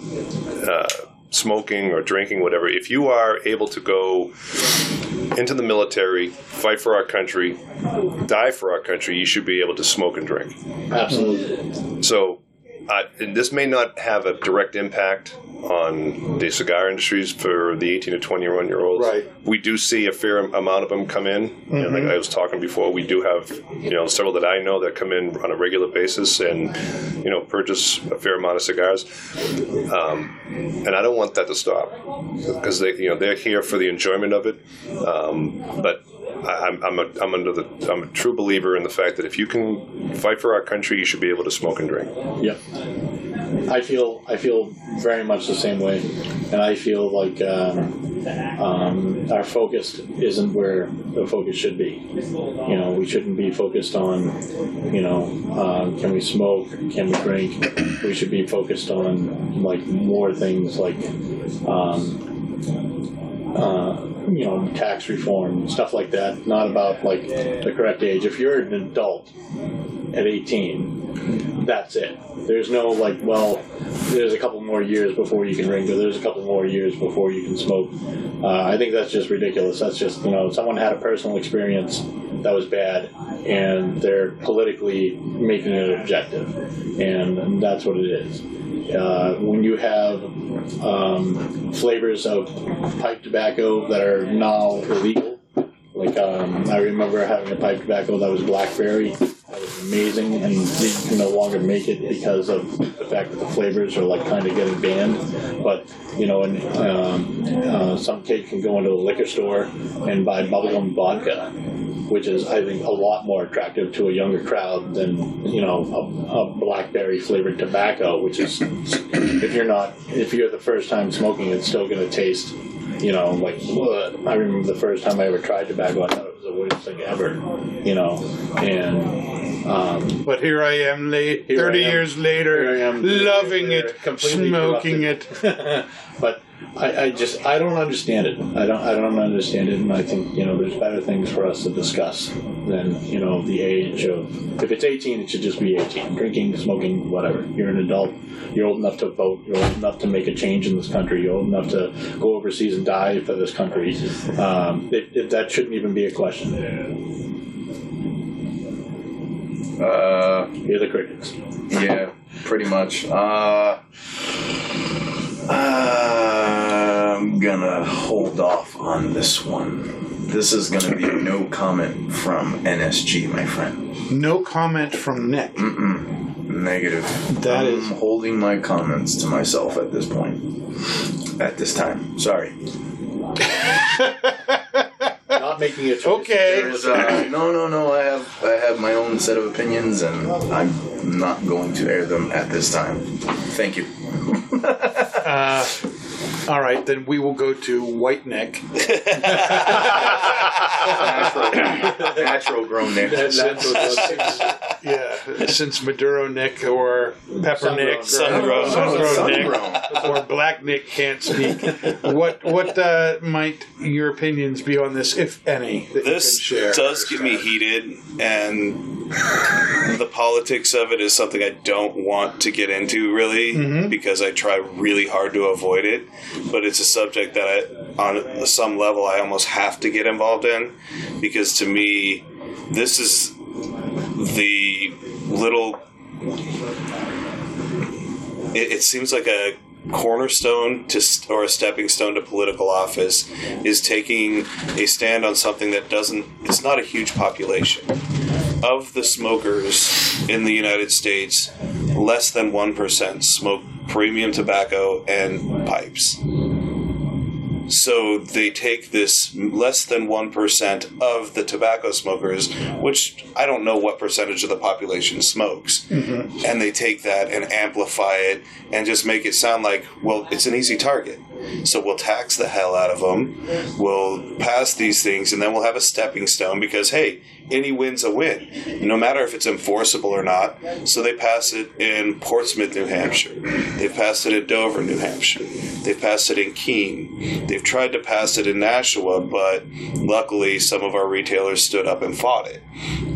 uh, smoking or drinking, whatever, if you are able to go into the military, fight for our country, die for our country, you should be able to smoke and drink. Absolutely. So, I, and this may not have a direct impact on the cigar industries for the 18 to 21 year olds. Right. We do see a fair amount of them come in. You know, like I was talking before, we do have you know several that I know that come in on a regular basis and you know purchase a fair amount of cigars. Um, and I don't want that to stop because they you know they're here for the enjoyment of it. Um, but I, I'm I'm, a, I'm under the I'm a true believer in the fact that if you can fight for our country, you should be able to smoke and drink. Yep. I feel I feel very much the same way, and I feel like um, um, our focus isn't where the focus should be. You know, we shouldn't be focused on, you know, uh, can we smoke? Can we drink? We should be focused on like more things like. Um, uh, you know, tax reform, stuff like that. Not about like the correct age. If you're an adult at 18, that's it. There's no like, well, there's a couple more years before you can ring, or there's a couple more years before you can smoke. Uh, I think that's just ridiculous. That's just you know, someone had a personal experience that was bad, and they're politically making it objective, and that's what it is. Uh, when you have um, flavors of pipe tobacco that are now illegal, like um, I remember having a pipe tobacco that was blackberry. That was amazing, and you can no longer make it because of the fact that the flavors are like kind of getting banned. But you know, and um, uh, some kid can go into a liquor store and buy bubblegum vodka, which is I think a lot more attractive to a younger crowd than you know a, a blackberry flavored tobacco, which is if you're not if you're the first time smoking, it's still going to taste you know, like what? I remember the first time I ever tried tobacco, I thought it was the worst thing ever, you know. And um, But here I am, late Here I 30 am. years later, Here I am, loving later, it, completely smoking but I, I just I don't understand it. I don't I don't understand it, and I think you know there's better things for us to discuss than you know the age of if it's 18, it should just be 18. Drinking, smoking, whatever. You're an adult. You're old enough to vote. You're old enough to make a change in this country. You're old enough to go overseas and die for this country. Um, it, it, that shouldn't even be a question. Uh, You're the critics. Yeah, pretty much. Uh, I'm gonna hold off on this one. This is gonna be no comment from NSG, my friend. it. No comment from Nick. Negative. That I'm is- holding my comments to myself at this point. At this time, sorry. Not making a choice. Okay. There's, uh, no, no, no. I have I have my own set of opinions, and I'm not going to air them at this time. Thank you. All right, then we will go to White Nick. Natural grown Nick. That- that's what- Yeah, since Maduro Nick or Pepper Nick, Sun Sun Grown. Grown Sun Nick, grown. before Black Nick can't speak. What what uh, might your opinions be on this, if any? That this you can share? does get me heated and the politics of it is something i don't want to get into really because i try really hard to avoid it but it's a subject that i on some level i almost have to get involved in because to me this is the little it, it seems like a cornerstone to st- or a stepping stone to political office is taking a stand on something that doesn't it's not a huge population of the smokers in the United States less than 1% smoke premium tobacco and pipes so they take this less than 1% of the tobacco smokers, which I don't know what percentage of the population smokes, and they take that and amplify it and just make it sound like, well, it's an easy target. So we'll tax the hell out of them, we'll pass these things, and then we'll have a stepping stone because, hey, any win's a win, no matter if it's enforceable or not. So they pass it in Portsmouth, New Hampshire. They've passed it in Dover, New Hampshire. They've passed it in Keene. They've tried to pass it in Nashua, but luckily some of our retailers stood up and fought it.